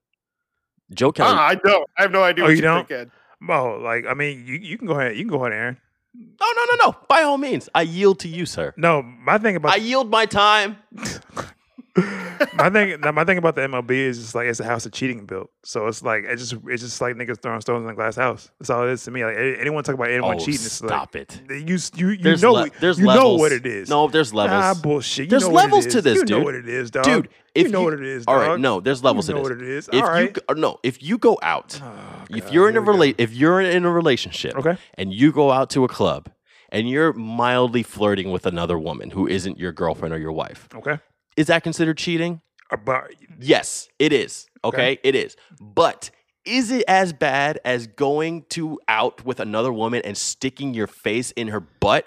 Speaker 2: Joe Kelly.
Speaker 5: Ah, I don't. I have no idea.
Speaker 3: Oh,
Speaker 5: what
Speaker 3: you
Speaker 5: you
Speaker 3: don't?
Speaker 5: think, Ed.
Speaker 3: Well, like I mean, you, you can go ahead. You can go ahead, Aaron.
Speaker 2: No, no, no, no. By all means, I yield to you, sir.
Speaker 3: No, my thing about
Speaker 2: I yield my time.
Speaker 3: my thing my thing about the MLB is just like it's a house of cheating built. So it's like it's just it's just like niggas throwing stones in a glass house. That's all it is to me. Like a- anyone talk about anyone
Speaker 2: oh,
Speaker 3: cheating, it's
Speaker 2: stop it.
Speaker 3: like you s- you you
Speaker 2: There's
Speaker 3: know
Speaker 2: le-
Speaker 3: it-
Speaker 2: there's
Speaker 3: you know
Speaker 2: levels.
Speaker 3: what it is.
Speaker 2: No, there's
Speaker 3: Nah,
Speaker 2: levels.
Speaker 3: bullshit. You
Speaker 2: There's
Speaker 3: know what it
Speaker 2: levels to
Speaker 3: is.
Speaker 2: this,
Speaker 3: you know
Speaker 2: dude.
Speaker 3: what it is, dog.
Speaker 2: Dude, if
Speaker 3: you know
Speaker 2: you-
Speaker 3: what it is,
Speaker 2: All
Speaker 3: dog.
Speaker 2: right, no, there's levels
Speaker 3: you know
Speaker 2: to this.
Speaker 3: what it is.
Speaker 2: If
Speaker 3: All
Speaker 2: you
Speaker 3: right. Oh,
Speaker 2: g- or no, if you go out, if you're in a
Speaker 3: here we go.
Speaker 2: rela- if you're in a relationship,
Speaker 3: Okay.
Speaker 2: and you go out to a club and you're mildly flirting with another woman who isn't your girlfriend or your wife,
Speaker 3: okay,
Speaker 2: is that considered cheating?
Speaker 3: about
Speaker 2: Yes, it is. Okay,
Speaker 3: Okay.
Speaker 2: it is. But is it as bad as going to out with another woman and sticking your face in her butt?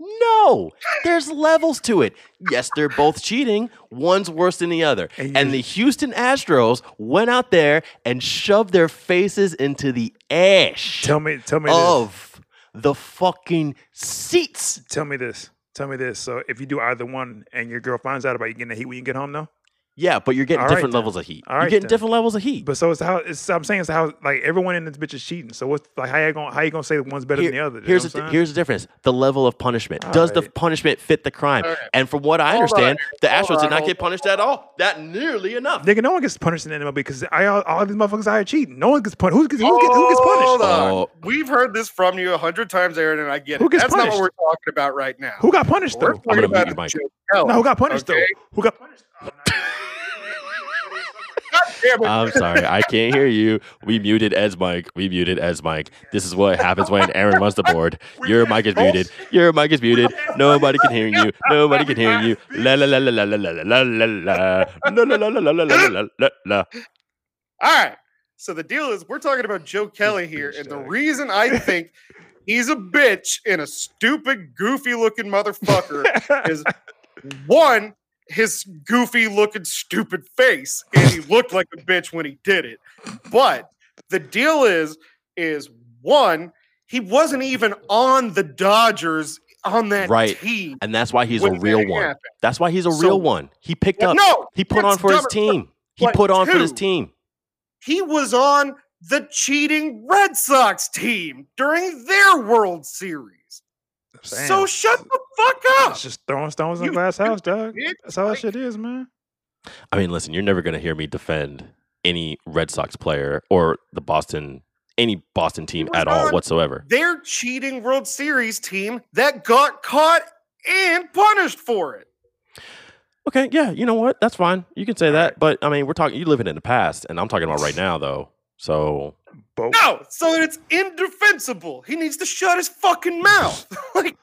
Speaker 2: No, there's levels to it. Yes, they're both cheating. One's worse than the other.
Speaker 3: And
Speaker 2: And,
Speaker 3: you-
Speaker 2: the Houston Astros went out there and shoved their faces into the ash
Speaker 3: tell me tell me this.
Speaker 2: of the fucking seats.
Speaker 3: Tell me this. Tell me this. So if you do either one and your girl finds out about you getting the heat when you get home, though.
Speaker 2: Yeah, but you're getting
Speaker 3: All right,
Speaker 2: different
Speaker 3: then.
Speaker 2: levels of heat.
Speaker 3: All
Speaker 2: you're
Speaker 3: right,
Speaker 2: getting
Speaker 3: then.
Speaker 2: different levels of heat.
Speaker 3: But so it's how it's, I'm saying it's how like everyone in this bitch is cheating. So what's like how you gonna how you gonna say that one's better
Speaker 2: Here-
Speaker 3: than the other? You
Speaker 2: Here's
Speaker 3: know what
Speaker 2: the,
Speaker 3: I'm
Speaker 2: here's the difference: the level of punishment. Does the
Speaker 3: right.
Speaker 2: punishment fit the crime?
Speaker 5: All right.
Speaker 2: And from what I
Speaker 5: Hold
Speaker 2: understand,
Speaker 5: on.
Speaker 2: the
Speaker 5: Hold
Speaker 2: Astros
Speaker 5: on,
Speaker 2: did not
Speaker 5: hold
Speaker 2: get
Speaker 5: on.
Speaker 2: punished at all. That nearly enough.
Speaker 3: saying? nigga, no one gets punished in the MLB because I all, all these motherfuckers out here cheating. No one gets punished. Who gets who gets, who gets
Speaker 5: Hold
Speaker 3: punished?
Speaker 5: on.
Speaker 2: Oh.
Speaker 5: We've heard this from you a hundred times, Aaron, and I get
Speaker 3: Who
Speaker 5: it.
Speaker 3: gets
Speaker 5: That's not
Speaker 3: punished?
Speaker 5: what we're talking about right now.
Speaker 3: Who got punished
Speaker 5: We're
Speaker 3: though?
Speaker 2: I'm
Speaker 5: talking
Speaker 2: gonna mute
Speaker 5: about
Speaker 2: your mic.
Speaker 5: Joe Kelly,
Speaker 3: No, who got punished
Speaker 5: okay?
Speaker 3: though? Who got punished?
Speaker 5: God
Speaker 3: Uh,
Speaker 5: damn it.
Speaker 2: I'm sorry, I can't hear you. We muted Ed's mic. We muted Ed's mic. This is what happens when Aaron runs the board. Your mic is muted. Your mic is muted. Nobody can hear you. Nobody can hear you. La la la la la la la la la la la la la la la la la la la la.
Speaker 5: All right. So the deal is we're talking about Joe Kelly here, and the reason I think he's a bitch and a stupid, goofy looking motherfucker is one, his goofy looking stupid face, and he looked like a bitch when he did it. But the deal is, is one, he wasn't even on the Dodgers on that
Speaker 2: Right.
Speaker 5: team.
Speaker 2: And that's why he's a
Speaker 5: when that
Speaker 2: real one.
Speaker 5: happened.
Speaker 2: That's why he's a
Speaker 5: So-
Speaker 2: real one. He picked
Speaker 5: Well,
Speaker 2: up.
Speaker 5: no,
Speaker 2: He put
Speaker 5: that's
Speaker 2: on for his
Speaker 5: dumber.
Speaker 2: team. He
Speaker 5: But
Speaker 2: put on for his
Speaker 5: two,
Speaker 2: team.
Speaker 5: he was on the cheating Red Sox team during their World Series. So
Speaker 3: Damn.
Speaker 5: shut the fuck up.
Speaker 3: It's just throwing stones in a
Speaker 5: You
Speaker 3: glass house, dog.
Speaker 5: bitch.
Speaker 3: That's how that
Speaker 5: Like-
Speaker 3: shit is, man.
Speaker 2: I mean, listen, you're never going to hear me defend any Red Sox player or the Boston, any Boston team
Speaker 5: was
Speaker 2: at all
Speaker 5: on-
Speaker 2: whatsoever.
Speaker 5: Their cheating World Series team that got caught and punished for it.
Speaker 2: Okay, yeah, you know what? That's fine. You can say that, but I mean, we're talking. You living in the past, and I'm talking about right now, though. So
Speaker 3: But
Speaker 5: No, so it's indefensible. He needs to shut his fucking mouth. like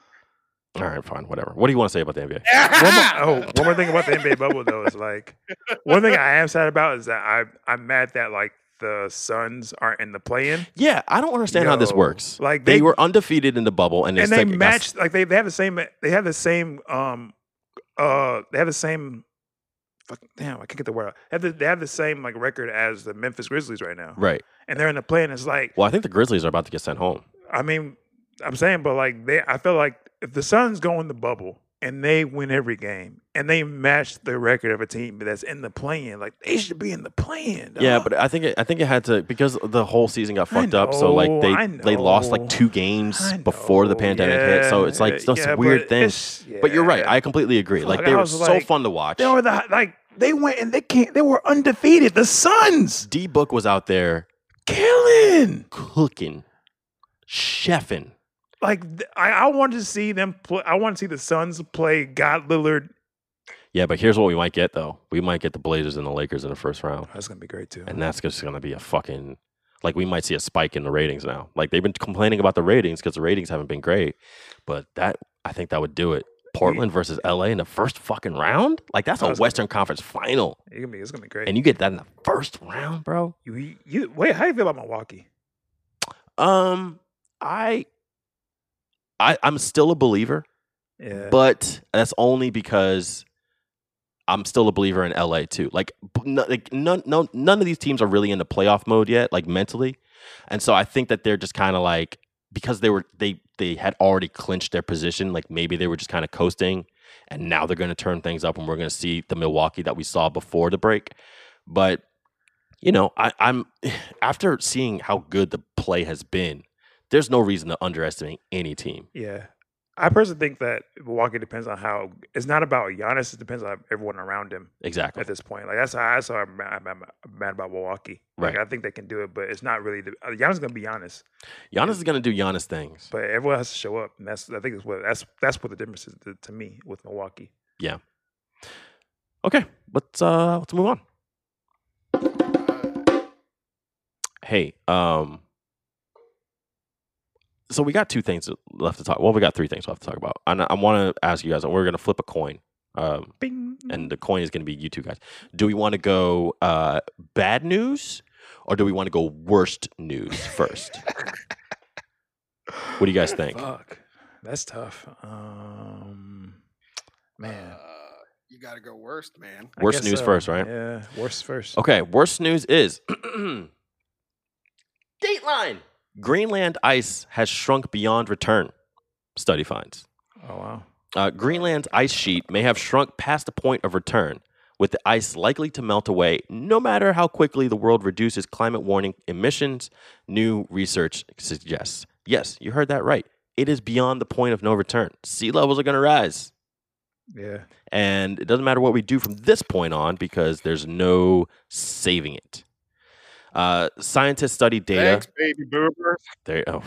Speaker 2: All right, fine, whatever. What do you want to say about the NBA?
Speaker 3: one more,
Speaker 5: Ah!
Speaker 3: oh, one more thing about the NBA bubble though is like one thing I am sad about is that I I'm mad that like the Suns aren't in the play-in.
Speaker 2: Yeah, I don't understand how this
Speaker 3: Yo,
Speaker 2: works.
Speaker 3: like,
Speaker 2: they,
Speaker 3: they-
Speaker 2: were undefeated in the bubble, and,
Speaker 3: and they
Speaker 2: second- got
Speaker 3: match like they, they have the same they have the same um uh they have the same fuck, damn I can't get the word out. They have the, they have the same like record as the Memphis Grizzlies right now,
Speaker 2: Right.
Speaker 3: and they're in the play and it's like
Speaker 2: Well, I think the Grizzlies are about to get sent home.
Speaker 3: I mean I'm saying but like they I feel like if the Suns go in the bubble and they win every game and they match the record of a team that's in the play in like they should be in the play in
Speaker 2: Yeah, but I think it, I think it had to because the whole season got
Speaker 3: Uh, I
Speaker 2: fucked up. So like
Speaker 3: know,
Speaker 2: they
Speaker 3: I
Speaker 2: they lost
Speaker 3: know.
Speaker 2: like two games before the pandemic hit. So it's like it's this weird thing. But you're right. I completely agree. Like
Speaker 3: Fuck,
Speaker 2: they
Speaker 3: I
Speaker 2: were
Speaker 3: was
Speaker 2: so
Speaker 3: like-
Speaker 2: fun to watch.
Speaker 3: They were the like they went and they can't. They were undefeated. The Suns
Speaker 2: D Book was out there
Speaker 3: killing.
Speaker 2: cooking, chefing.
Speaker 3: Like th- I, I wanted to see them. Play, I want to see the Suns play God Lillard.
Speaker 2: Yeah, but here's what we might get though. We might get the Blazers and the Lakers in the first round,
Speaker 3: Oh, That's gonna be great too.
Speaker 2: and that's just gonna be a fucking like we might see a spike in the ratings now. Like they've been complaining about the ratings because the ratings haven't been great, but that I think that would do it. Portland versus LA in the first fucking round? Like that's a
Speaker 3: That's-
Speaker 2: Western Conference final.
Speaker 3: It's gonna be. It's gonna be great.
Speaker 2: And you get that in the first round, bro?
Speaker 3: you, you, you- wait. How do you feel about Milwaukee?
Speaker 2: Um I I I'm still a believer.
Speaker 3: Yeah.
Speaker 2: but that's only because I'm still a believer in LA too. Like, b- no, like none, no, none of these teams are really in the playoff mode yet, like mentally, and so I think that they're just kind of like because they were they they had already clinched their position. Like maybe they were just kind of coasting, and now they're going to turn things up, and we're going to see the Milwaukee that we saw before the break. But you know, I, I'm after seeing how good the play has been, there's no reason to underestimate any team.
Speaker 3: yeah. I personally think that Milwaukee depends on how. It's not about Giannis. It depends on everyone around him.
Speaker 2: Exactly.
Speaker 3: at this point. Like that's how that's how I'm, I'm, I'm mad about Milwaukee. Like
Speaker 2: Right.
Speaker 3: I think they can do it, but it's not really. The, uh, Giannis gonna be honest,
Speaker 2: Giannis is going to do Giannis things.
Speaker 3: but everyone has to show up, and that's I think is what that's that's what the difference is to, to me with Milwaukee.
Speaker 2: Okay, let's uh let's move on. Hey, um so we got two things left to talk. Well, we got three things left to talk about. And I, I want to ask you guys, and we're going to flip a coin. Um
Speaker 3: Bing.
Speaker 2: and the coin is going to be you two guys. Do we want to go uh bad news or do we want to go worst news first? what do you guys think?
Speaker 3: Fuck, that's tough. Um, man,
Speaker 5: Uh, you gotta go worst, man.
Speaker 3: I
Speaker 2: Worst
Speaker 3: guess
Speaker 2: news
Speaker 3: so. Oh.
Speaker 2: first, right?
Speaker 3: Yeah, worst first.
Speaker 2: Okay, worst news is Dateline. Greenland ice has shrunk beyond return. Study finds.
Speaker 3: Oh wow.
Speaker 2: Uh, Greenland's ice sheet may have shrunk past the point of return, with the ice likely to melt away no matter how quickly the world reduces climate warning emissions, new research suggests. Yes, you heard that right. It is beyond the point of no return. Sea levels are going to rise.
Speaker 3: Yeah,
Speaker 2: And it doesn't matter what we do from this point on because there's no saving it. Uh, scientists study data.
Speaker 5: Thanks, baby boomers.
Speaker 2: There, oh.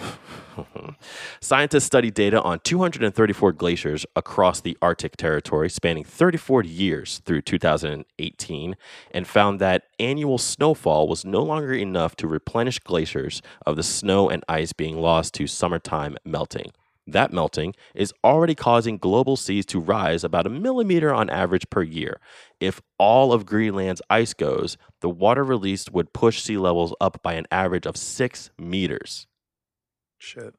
Speaker 2: Scientists study data on 234 glaciers across the Arctic territory spanning 34 years through 2018 and found that annual snowfall was no longer enough to replenish glaciers of the snow and ice being lost to summertime melting. That melting is already causing global seas to rise about a millimeter on average per year. If all of Greenland's ice goes, the water released would push sea levels up by an average of six meters
Speaker 3: shit.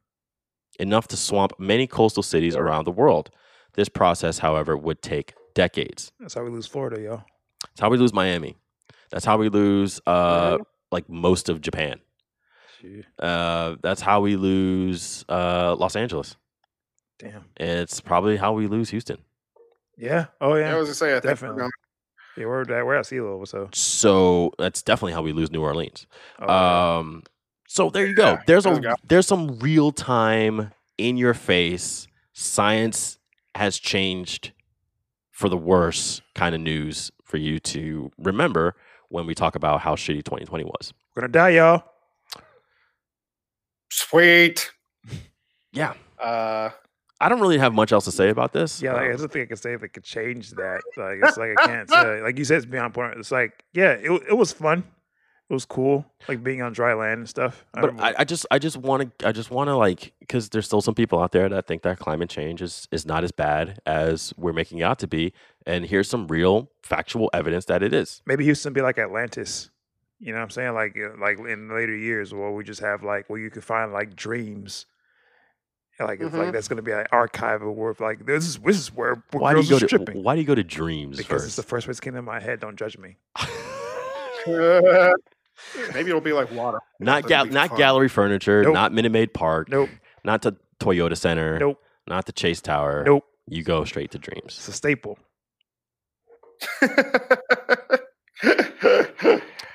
Speaker 2: enough to swamp many coastal cities around the world. This process, however, would take decades.
Speaker 3: That's how we lose Florida, y'all.
Speaker 2: That's how we lose Miami. That's how we lose uh, like most of Japan.
Speaker 3: Gee,
Speaker 2: Uh, that's how we lose uh, Los Angeles.
Speaker 3: damn.
Speaker 2: It's probably how we lose Houston.
Speaker 3: Yeah. Oh yeah.
Speaker 5: I was gonna say, I think we're
Speaker 3: Definitely.
Speaker 5: gonna-
Speaker 3: yeah, we're at we're at sea level, so.
Speaker 2: So that's definitely how we lose New Orleans.
Speaker 3: Oh, yeah.
Speaker 2: Um, so there you go.
Speaker 5: Yeah,
Speaker 2: There's
Speaker 5: there
Speaker 2: a
Speaker 5: we go.
Speaker 2: there's some real time in your face science has changed for the worse kind of news for you to remember when we talk about how shitty 2020 was.
Speaker 3: we're gonna die, y'all.
Speaker 5: sweet.
Speaker 2: Yeah.
Speaker 5: Uh,
Speaker 2: I don't really have much else to say about this.
Speaker 3: Yeah,
Speaker 2: Um,
Speaker 3: like, I just think I can say if it could change that. Like it's like I can't say. Like you said, it's beyond point. It's like yeah, it wa- it was fun. It was cool, like being on dry land and stuff. I
Speaker 2: but
Speaker 3: remember-
Speaker 2: I, I just I just want to I just want to like because there's still some people out there that think that climate change is is not as bad as we're making it out to be, and here's some real factual evidence that it is.
Speaker 3: maybe Houston be like Atlantis. You know what I'm saying? Like uh, like in later years where we just have like where you can find like dreams. And, Like it's like
Speaker 5: Mhm.
Speaker 3: that's gonna be an archive of where like this is this is where, where
Speaker 2: Why do you
Speaker 3: girls
Speaker 2: go
Speaker 3: are
Speaker 2: to
Speaker 3: stripping.
Speaker 2: Why do you go to dreams
Speaker 3: because it's
Speaker 2: first?
Speaker 3: the first words that came to my head. Don't judge me.
Speaker 5: Maybe it'll be like water.
Speaker 2: not gal-
Speaker 5: That'd be
Speaker 2: not
Speaker 5: fun.
Speaker 2: gallery furniture,
Speaker 3: Nope.
Speaker 2: not Minute Maid Park,
Speaker 3: Nope,
Speaker 2: not the Toyota Center,
Speaker 3: nope,
Speaker 2: not the Chase Tower.
Speaker 3: nope.
Speaker 2: You go straight to
Speaker 3: It's
Speaker 2: dreams.
Speaker 3: a staple.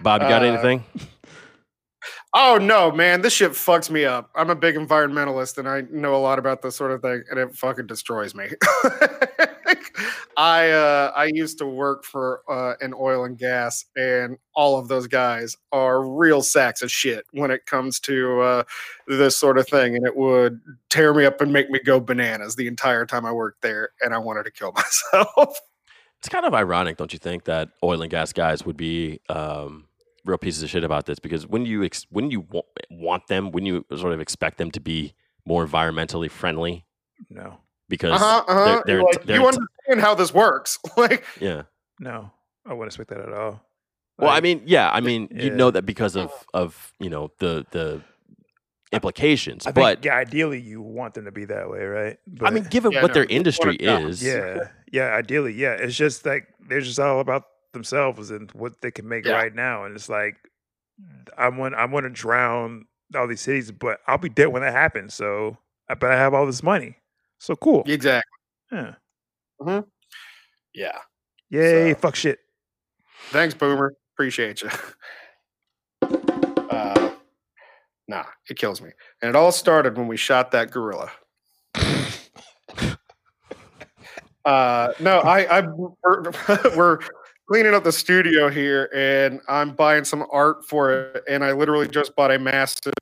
Speaker 2: Bob, you got
Speaker 5: Uh,
Speaker 2: anything?
Speaker 5: oh no, man, this shit fucks me up. I'm a big environmentalist and I know a lot about this sort of thing, and it fucking destroys me. I uh, I used to work for uh, an oil and gas, and all of those guys are real sacks of shit when it comes to uh, this sort of thing, and it would tear me up and make me go bananas the entire time I worked there, and I wanted to kill myself.
Speaker 2: It's kind of ironic, don't you think, that oil and gas guys would be um, real pieces of shit about this? Because when you ex- when you wa- want them, when you sort of expect them to be more environmentally friendly,
Speaker 3: No,
Speaker 2: because
Speaker 5: uh-huh,
Speaker 2: they're-
Speaker 5: uh-huh.
Speaker 2: they're,
Speaker 5: You're like,
Speaker 2: they're-
Speaker 5: you understand how this works, like.
Speaker 2: yeah.
Speaker 3: no, I wouldn't expect that at all.
Speaker 2: Well, I
Speaker 3: Like,
Speaker 2: mean, yeah, I mean, you
Speaker 3: yeah.
Speaker 2: know that because of
Speaker 5: Uh-huh.
Speaker 2: of you know the the implications,
Speaker 3: I think,
Speaker 2: but
Speaker 3: yeah, ideally you want them to be that way, right?
Speaker 2: I
Speaker 3: But-
Speaker 2: mean, given
Speaker 5: Yeah,
Speaker 2: what
Speaker 5: no,
Speaker 2: their
Speaker 5: you wanna
Speaker 2: industry
Speaker 5: stop.
Speaker 2: is,
Speaker 3: Yeah, yeah. Ideally, yeah. It's just like they're just all about themselves and what they can make
Speaker 5: Yeah.
Speaker 3: right now, and it's like I'm want I'm going to drown all these cities, but I'll be dead when that happens. So, I- but I have all this money, so cool. Yeah.
Speaker 5: Exactly. Mhm. Yeah.
Speaker 3: Yay!
Speaker 5: So-
Speaker 3: Fuck shit.
Speaker 5: Thanks, Boomer. Appreciate you. Uh, nah, it kills me. And it all started when we shot that gorilla. uh, no, I, I we're, we're cleaning up the studio here, and I'm buying some art for it. And I literally just bought a massive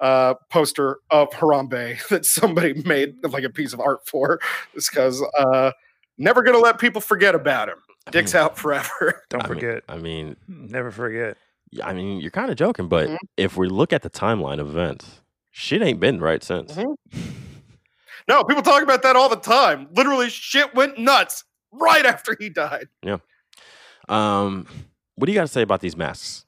Speaker 5: uh, poster of Harambe that somebody made like a piece of art for. Just because uh, never gonna let people forget about him.
Speaker 2: I
Speaker 5: Dick's
Speaker 2: mean-
Speaker 5: out forever.
Speaker 3: Don't
Speaker 2: I mean-
Speaker 3: forget.
Speaker 2: I mean,
Speaker 3: Never forget.
Speaker 2: y- I mean, you're kind of joking, but
Speaker 5: Mhm.
Speaker 2: if we look at the timeline of events, shit ain't been right since.
Speaker 5: Mhm. No, people talk about that all the time. Literally, shit went nuts right after he died. Mm-hmm.
Speaker 2: Um, what do you got to say about these masks?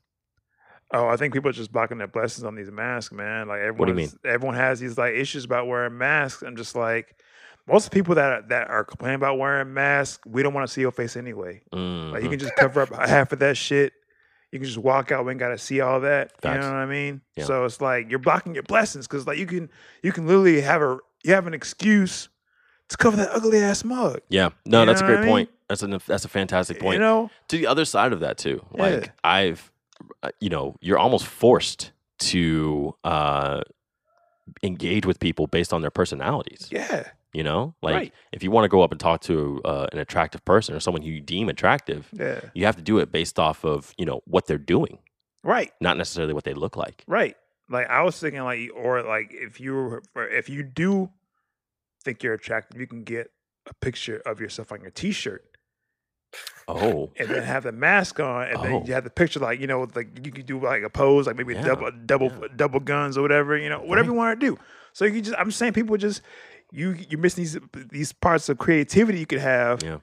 Speaker 3: Oh, I think people are just blocking their blessings on these masks, man. Like everyone,
Speaker 2: What do you mean?
Speaker 3: Everyone has these like issues about wearing masks. I'm just like, most people that are, that are complaining about wearing masks, we don't want to see your face anyway. Like you
Speaker 2: Mhm.
Speaker 3: can just cover up half of that shit. You can just walk out. We ain't gotta see all that. You
Speaker 2: Facts.
Speaker 3: know what I mean?
Speaker 2: Yeah.
Speaker 3: So it's like you're blocking your blessings because like you can you can literally have a you have an excuse to cover that ugly ass mug.
Speaker 2: yeah, no,
Speaker 3: you
Speaker 2: that's a
Speaker 3: know
Speaker 2: great
Speaker 3: what I mean?
Speaker 2: point. That's an that's a fantastic point.
Speaker 3: You know?
Speaker 2: to the other side of that too. Like
Speaker 3: Yeah.
Speaker 2: I've, uh, you know, you're almost forced to uh, engage with people based on their personalities.
Speaker 3: Yeah.
Speaker 2: You know, like
Speaker 3: Right.
Speaker 2: if you want to go up and talk to uh, an attractive person or someone who you deem attractive,
Speaker 3: Yeah.
Speaker 2: you have to do it based off of you know what they're doing,
Speaker 3: Right.
Speaker 2: not necessarily what they look like.
Speaker 3: Right. Like I was thinking like or like if you were- or if you do think you're attractive, you can get a picture of yourself on your t-shirt
Speaker 2: Oh,
Speaker 3: and then have the mask on, and
Speaker 2: Oh.
Speaker 3: then you have the picture, like you know, with, like you could do like a pose, like maybe
Speaker 2: Yeah,
Speaker 3: double, double, double guns or whatever, you know, whatever you want to do. So you just, I'm just saying, people just you you miss these these parts of creativity you could have,
Speaker 2: Yeah.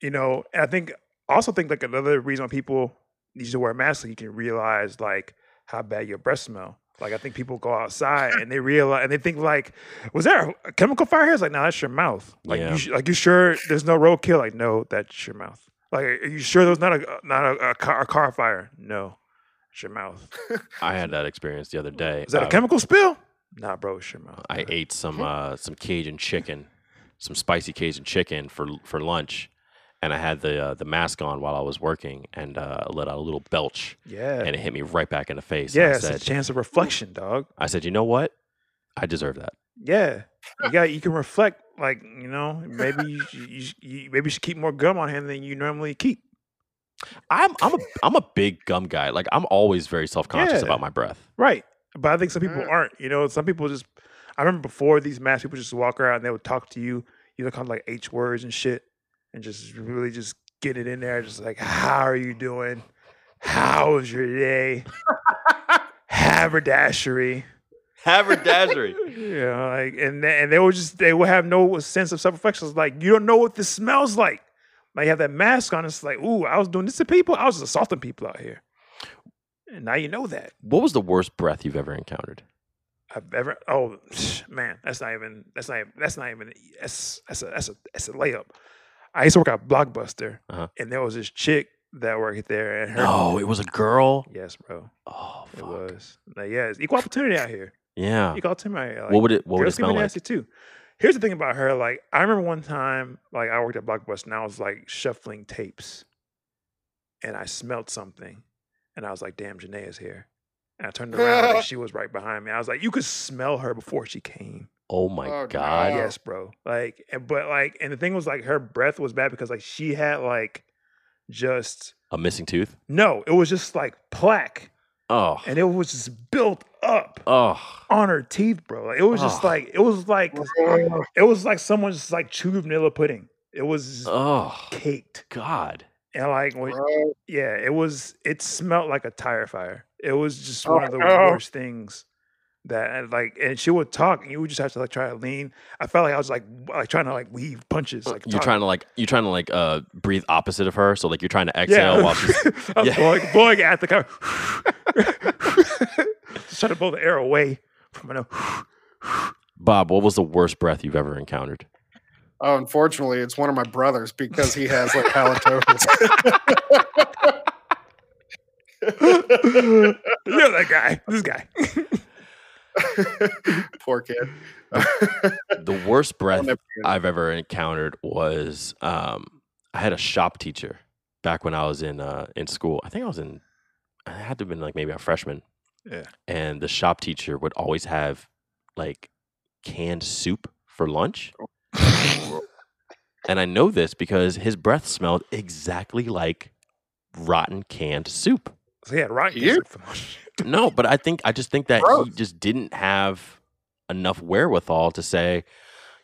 Speaker 3: you know. And I think also think like another reason why people need to wear masks, like you can realize like how bad your breath smell. Like I think people go outside and they realize and they think like, was there a chemical fire here? It's like, no, that's your mouth. Like
Speaker 2: Yeah.
Speaker 3: you, sh- like you sure there's no roadkill? Like no, that's your mouth. Like are you sure there's not a uh, not a, a, car, a car fire? No, it's your mouth.
Speaker 2: Eh, I had that experience the other day.
Speaker 3: Is that
Speaker 2: Uh,
Speaker 3: a chemical spill? Nah, bro, it's your mouth.
Speaker 2: I ate some uh, some Cajun chicken, some spicy Cajun chicken for for lunch, and I had the uh, the mask on while I was working, and uh, let out a little belch,
Speaker 3: yeah,
Speaker 2: and it hit me right back in the face.
Speaker 3: yeah.
Speaker 2: and I
Speaker 3: Eh. It's a
Speaker 2: said,
Speaker 3: chance of reflection, dog.
Speaker 2: I said, you know what? I deserve that.
Speaker 3: Yeah, you got you can reflect. Like you know, maybe you, you, you, you maybe you should keep more gum on hand than you normally keep.
Speaker 2: I'm I'm a I'm a big gum guy. Like I'm always very self conscious
Speaker 3: Yeah.
Speaker 2: about my breath.
Speaker 3: Right. But I think some people
Speaker 5: Mm.
Speaker 3: aren't. You know, some people just. I remember before these masks, people just walk around and they would talk to you, you know, kind of like H words and shit, and just really just get it in there, just like, how are you doing? How was your day? Haberdashery.
Speaker 2: Haberdashery.
Speaker 3: You know, like and they, and they will just they will have no sense of self reflection. It's like you don't know what this smells like. Like you have that mask on, it's like, ooh, I was doing this to people. I was assaulting people out here. And now you know that.
Speaker 2: what was the worst breath you've ever encountered?
Speaker 3: I've ever oh man, that's not even that's not even, that's not even that's that's a that's a that's a layup. I used to work at Blockbuster
Speaker 2: Uh-huh.
Speaker 3: and there was this chick that worked there and her
Speaker 2: No, it was a girl.
Speaker 3: Yes, bro.
Speaker 2: Oh,
Speaker 3: It
Speaker 2: fuck.
Speaker 3: was. Like, yeah, it's equal opportunity out here.
Speaker 2: Yeah.
Speaker 3: Equal opportunity out here. Like,
Speaker 2: What would it? What would it
Speaker 3: girls can
Speaker 2: smell
Speaker 3: be
Speaker 2: like?
Speaker 3: nasty too. Here's the thing about her. Like, I remember one time, like, I worked at Blockbuster and I was like shuffling tapes and I smelled something and I was like, damn, Janaea's here. And I turned around and she was right behind me. I was like, you could smell her before she came.
Speaker 2: Oh my
Speaker 5: Oh,
Speaker 2: god.
Speaker 5: Wow. God.
Speaker 3: Yes, bro. Like, and- but like, and the thing was like, her breath was bad because like she had like just,
Speaker 2: A missing tooth.
Speaker 3: no, it was just like plaque
Speaker 2: Oh.
Speaker 3: and it was just built up
Speaker 2: Oh.
Speaker 3: on her teeth, bro. Like, it was just
Speaker 2: Oh.
Speaker 3: like it was like
Speaker 5: Ugh.
Speaker 3: it was like someone just like chewed vanilla pudding. It was just
Speaker 2: Oh.
Speaker 3: caked
Speaker 2: God.
Speaker 3: and like when,
Speaker 5: Bro.
Speaker 3: yeah, it was. It smelled like a tire fire. It was just
Speaker 5: Oh,
Speaker 3: one of the
Speaker 5: no.
Speaker 3: worst things that and, like. And she would talk, and you would just have to like try to lean. I felt like I was like w- like trying to like weave punches. Like
Speaker 2: Uh, You're
Speaker 3: talk-
Speaker 2: trying to like you're trying to like uh breathe opposite of her, so like you're trying to exhale while she's
Speaker 3: I'm
Speaker 2: Yeah.
Speaker 3: blowing, blowing at the cover. just trying to blow the air away from my nose.
Speaker 2: Bob, what was the worst breath you've ever encountered?
Speaker 5: Oh, unfortunately, it's one of my brothers because he has like halitosis.
Speaker 3: you know that guy. This guy.
Speaker 5: Poor kid.
Speaker 2: The worst breath
Speaker 5: I'll never forget
Speaker 2: I've ever encountered was um, I had a shop teacher back when I was in uh, in school. I think I was in I had to have been like maybe a freshman.
Speaker 3: Yeah.
Speaker 2: And the shop teacher would always have like canned soup for lunch. and I know this because his breath smelled exactly like rotten canned soup.
Speaker 3: So he had rotten
Speaker 5: You?
Speaker 3: cancer for much.
Speaker 2: No, but I think I just think that
Speaker 5: Gross.
Speaker 2: he just didn't have enough wherewithal to say,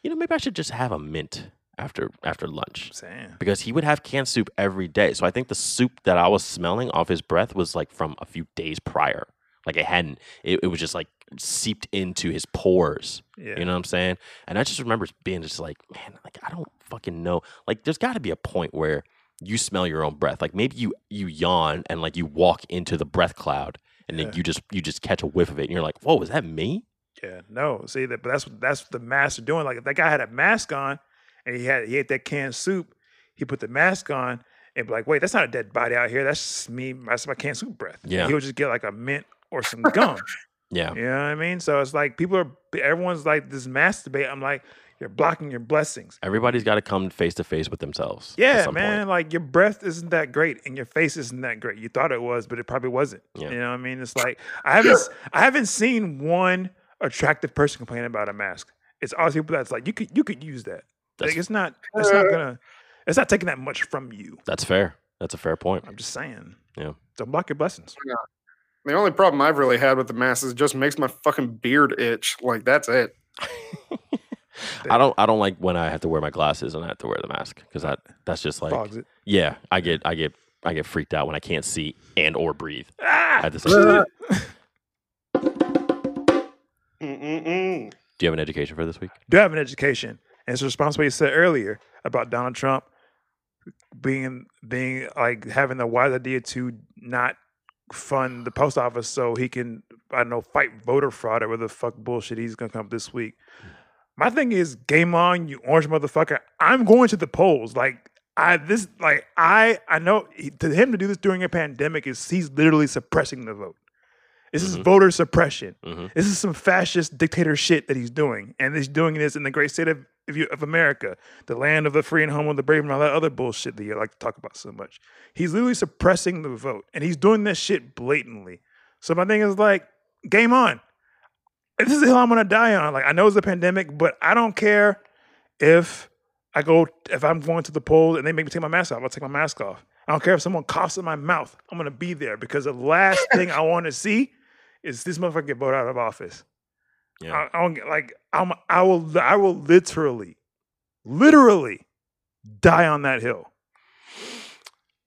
Speaker 2: you know, maybe I should just have a mint after after lunch
Speaker 3: Damn.
Speaker 2: because he would have canned soup every day. So I think the soup that I was smelling off his breath was like from a few days prior. Like it hadn't. It, it was just like seeped into his pores.
Speaker 3: Yeah.
Speaker 2: You know what I'm saying? And I just remember being just like, man, like I don't fucking know. Like there's got to be a point where you smell your own breath. Like maybe you you yawn and like you walk into the breath cloud and
Speaker 3: Yeah.
Speaker 2: then you just you just catch a whiff of it and you're like, whoa, is that me?
Speaker 3: Yeah. No. See that, but that's what that's what the master doing. Like if that guy had a mask on, and he had he ate that canned soup, he put the mask on and be like, wait, that's not a dead body out here. That's just me. That's my canned soup breath. And
Speaker 2: Yeah.
Speaker 3: he would just get like a mint or some gum.
Speaker 2: Yeah.
Speaker 3: You know what I mean? So it's like people are everyone's like this mask debate. I'm like, you're blocking your blessings.
Speaker 2: Everybody's got to come face to face with themselves. at
Speaker 3: Yeah,
Speaker 2: some point.
Speaker 3: man. Like your breath isn't that great, and your face isn't that great. You thought it was, but it probably wasn't.
Speaker 2: Yeah.
Speaker 3: You know what I mean? It's like I haven't s- I haven't seen one attractive person complain about a mask. It's always people that's like you could you could use that.
Speaker 2: That's,
Speaker 3: like it's not it's not gonna it's not taking that much from you.
Speaker 2: that's fair. That's a fair point.
Speaker 3: I'm just saying.
Speaker 2: Yeah.
Speaker 3: Don't block your blessings.
Speaker 5: The only problem I've really had with the mask is it just makes my fucking beard itch. Like that's it.
Speaker 2: I don't. I don't like when I have to wear my glasses and I have to wear the mask because that that's just like
Speaker 3: Fogs it.
Speaker 2: yeah. I get I get I get freaked out when I can't see and or breathe
Speaker 3: Ah!
Speaker 2: at the same time.
Speaker 5: Mm-mm-mm.
Speaker 2: Do you have an education for this week?
Speaker 3: Do have an education. And it's a response to what you said earlier about Donald Trump being being like having the wise idea to not fund the post office so he can I don't know fight voter fraud or whatever the fuck bullshit he's gonna come up this week. My thing is game on, you orange motherfucker. I'm going to the polls. Like I this like I I know he- to him to do this during a pandemic is he's literally suppressing the vote. This is
Speaker 2: Mhm.
Speaker 3: voter suppression.
Speaker 2: Mhm.
Speaker 3: This is some fascist dictator shit that he's doing, and he's doing this in the great state of of, you- of America, the land of the free and home of the brave, and all that other bullshit that you like to talk about so much. He's literally suppressing the vote, and he's doing this shit blatantly. So my thing is like, game on. This is the hill I'm gonna die on. Like I know it's a pandemic, but I don't care if I go if I'm going to the polls and they make me take my mask off. I'll take my mask off. I don't care if someone coughs in my mouth. I'm gonna be there because the last thing I want to see is this motherfucker get voted out of office.
Speaker 2: Yeah.
Speaker 3: I, I don't get- like I'm I will I will literally, literally die on that hill.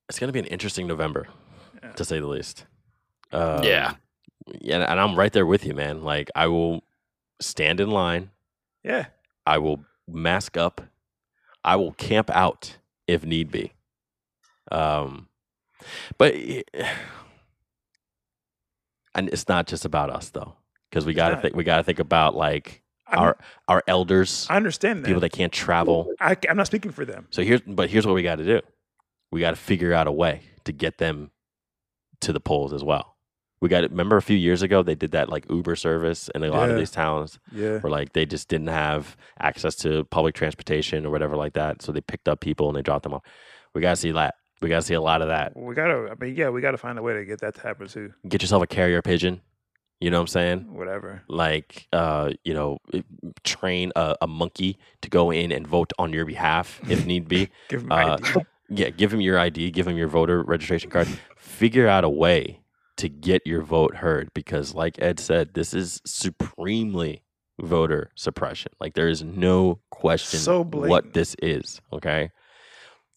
Speaker 2: It's gonna be an interesting November. to say the least. Um,
Speaker 6: Yeah.
Speaker 2: and, and I'm right there with you, man. Like I will stand in line.
Speaker 3: Yeah.
Speaker 2: I will mask up. I will camp out if need be. Um, but it- and it's not just about us though, because we got to
Speaker 3: not.
Speaker 2: think. We got to think about like
Speaker 3: I'm-
Speaker 2: our our elders,
Speaker 3: I understand that.
Speaker 2: people that can't travel.
Speaker 3: I, am not speaking for them.
Speaker 2: So here's but here's what we got to do. We got to figure out a way to get them to the polls as well. We got to remember a few years ago they did that like Uber service in a lot of
Speaker 3: Yeah.
Speaker 2: these towns
Speaker 3: Yeah.
Speaker 2: where like they just didn't have access to public transportation or whatever like that. So they picked up people and they dropped them off. We got to see that. We got to see a lot of that.
Speaker 3: We gotta. I mean, yeah, we gotta find a way to get that to happen too.
Speaker 2: Get yourself a carrier pigeon. You know what I'm saying?
Speaker 3: Whatever.
Speaker 2: like uh, you know it- train a, a monkey to go in and vote on your behalf if need be
Speaker 3: Give them
Speaker 2: Uh,
Speaker 3: ID.
Speaker 2: yeah give him your id give him your voter registration card figure out a way to get your vote heard because like ed said this is supremely voter suppression like there is no question
Speaker 3: So
Speaker 2: what
Speaker 3: blatant.
Speaker 2: this is okay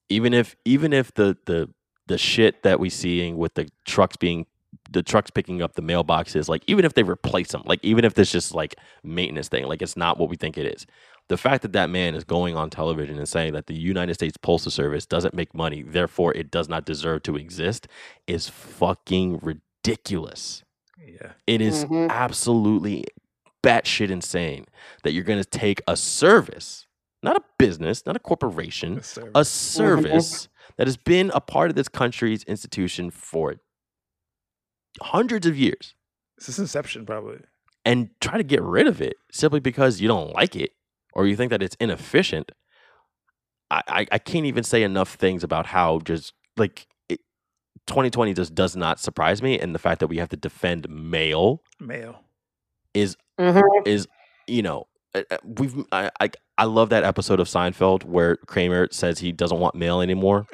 Speaker 2: even if even if the the the shit that we seeing with the trucks being the trucks picking up the mailboxes like even if they replace them like even if this just like maintenance thing like it's not what we think it is the fact that that man is going on television and saying that the united states postal service doesn't make money therefore it does not deserve to exist is fucking ridiculous
Speaker 3: Yeah.
Speaker 2: it is
Speaker 5: Mhm.
Speaker 2: absolutely batshit insane that you're going to take a service not a business not a corporation
Speaker 3: Yes, sir.
Speaker 2: a service that has been a part of this country's institution for hundreds of years
Speaker 3: Since inception, probably.
Speaker 2: and try to get rid of it simply because you don't like it or you think that it's inefficient. I, I, I can't even say enough things about how just like it, 2020 just does not surprise me. And the fact that we have to defend mail
Speaker 3: Mail.
Speaker 2: is you know uh, uh, we've I, I I love that episode of Seinfeld where Kramer says he doesn't want mail anymore,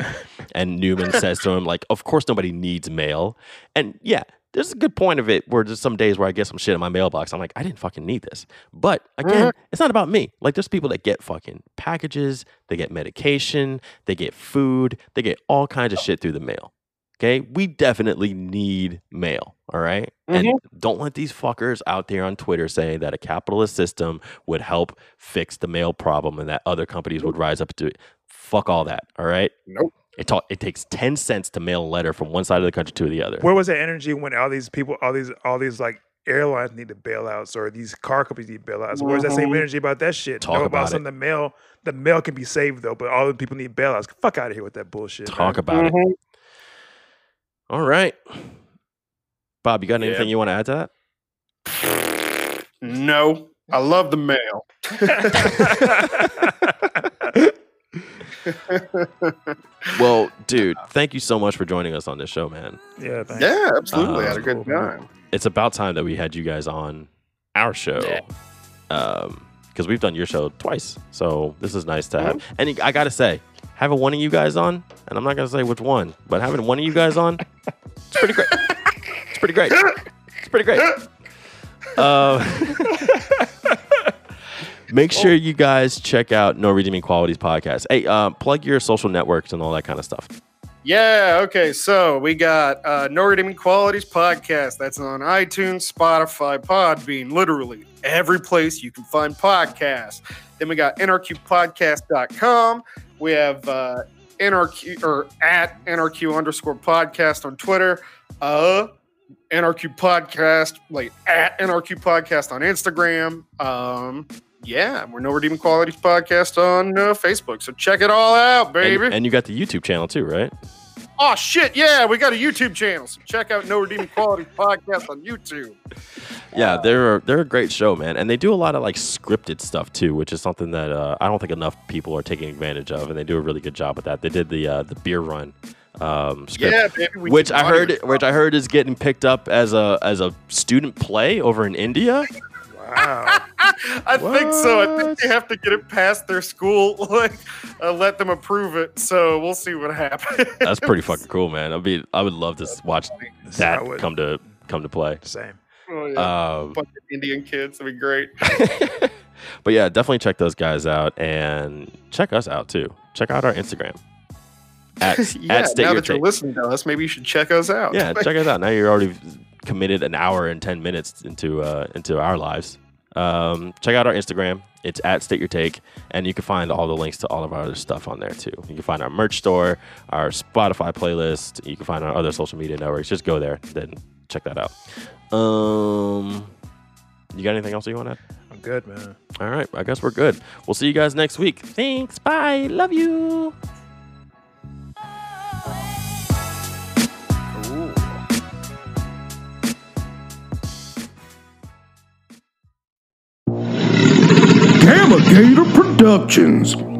Speaker 2: and Newman says to him like, "Of course nobody needs mail," and yeah. There's a good point of it where there's some days where I get some shit in my mailbox. I'm like, I didn't fucking need this. But again, it's not about me. Like, there's people that get fucking packages, they get medication, they get food, they get all kinds of shit through the mail. Okay, we definitely need mail. All right? and don't let these fuckers out there on Twitter saying that a capitalist system would help fix the mail problem and that other companies would rise up to it. Fuck all that. All right.
Speaker 5: Nope.
Speaker 2: It ta- it takes ten cents to mail a letter from one side of the country to the other.
Speaker 3: Where was that energy when all these people, all these, all these like airlines need the bailouts or these car companies need bailouts? Where's that same energy about that shit?
Speaker 2: Talk
Speaker 3: no,
Speaker 2: about it.
Speaker 3: something the mail, the mail can be saved though, but all the people need bailouts. Fuck out of here with that bullshit.
Speaker 2: Talk
Speaker 3: man.
Speaker 2: about it. All right, Bob, you got
Speaker 5: Yeah.
Speaker 2: anything you want to add to that?
Speaker 5: No, I love the mail.
Speaker 2: Well, dude, thank you so much for joining us on this show, man.
Speaker 3: Yeah. Thanks.
Speaker 5: Yeah, absolutely.
Speaker 2: Uh,
Speaker 5: Had a good
Speaker 3: cool.
Speaker 5: time.
Speaker 2: It's about time that we had you guys on our show.
Speaker 6: Yeah.
Speaker 2: Um, because we've done your show twice, so this is nice to have. And I gotta say, having one of you guys on, and I'm not gonna say which one, but having one of you guys on, it's pretty great. It's pretty great. It's pretty great. Uh, make sure you guys check out Norwegian Equalities podcast. Hey, uh, plug your social networks and all that kind of stuff.
Speaker 5: Yeah, okay. So we got uh, No Redeeming Qualities podcast. That's on iTunes, Spotify, Podbean, literally every place you can find podcasts. Then we got nrqpodcast.com. We have uh, nrq or at nrq underscore podcast on Twitter. Uh, nrq podcast like at nrq podcast on Instagram. Um, yeah, we're No Redeeming Qualities podcast on uh, Facebook. So check it all out,
Speaker 2: And,
Speaker 5: baby.
Speaker 2: and you got the YouTube channel too, right?
Speaker 5: Oh shit! Yeah, we got a YouTube channel, so check out No Redeeming Quality Podcast on YouTube.
Speaker 2: Yeah, they're they're a great show, man, and they do a lot of like scripted stuff too, which is something that uh, I don't think enough people are taking advantage of, and they do a really good job with that. They did the uh, the beer run um, script,
Speaker 5: Yeah, baby. we
Speaker 2: which
Speaker 5: did
Speaker 2: I
Speaker 5: audio
Speaker 2: heard
Speaker 5: stuff.
Speaker 2: which I heard is getting picked up as a as a student play over in India.
Speaker 3: Wow.
Speaker 5: I think so. I think they have to get it past their school, like uh, let them approve it. So we'll see what happens.
Speaker 2: That's pretty fucking cool, man. I mean, I would love to s- watch that
Speaker 3: I would-
Speaker 2: come to come to play.
Speaker 3: Same.
Speaker 5: Oh, yeah.
Speaker 2: Um,
Speaker 5: Bunch of Indian kids, that'd be great.
Speaker 2: but yeah, definitely check those guys out and check us out too. Check out our Instagram. At,
Speaker 5: yeah,
Speaker 2: at State
Speaker 5: now
Speaker 2: Your
Speaker 5: that you're
Speaker 2: Take.
Speaker 5: listening to us, maybe you should check us out.
Speaker 2: Yeah,
Speaker 5: Like,
Speaker 2: check us out. Now you're already committed an hour and ten minutes into uh, into our lives. Um, check out our Instagram. It's at State Your Take, and you can find all the links to all of our other stuff on there too. You can find our merch store, our Spotify playlist. You can find our other social media networks. Just go there, then check that out. Um, you got anything else you want to? add?
Speaker 3: I'm good, man.
Speaker 2: All right, I guess we're good. We'll see you guys next week. Thanks. Bye. Love you.
Speaker 1: Gamma Gator Productions.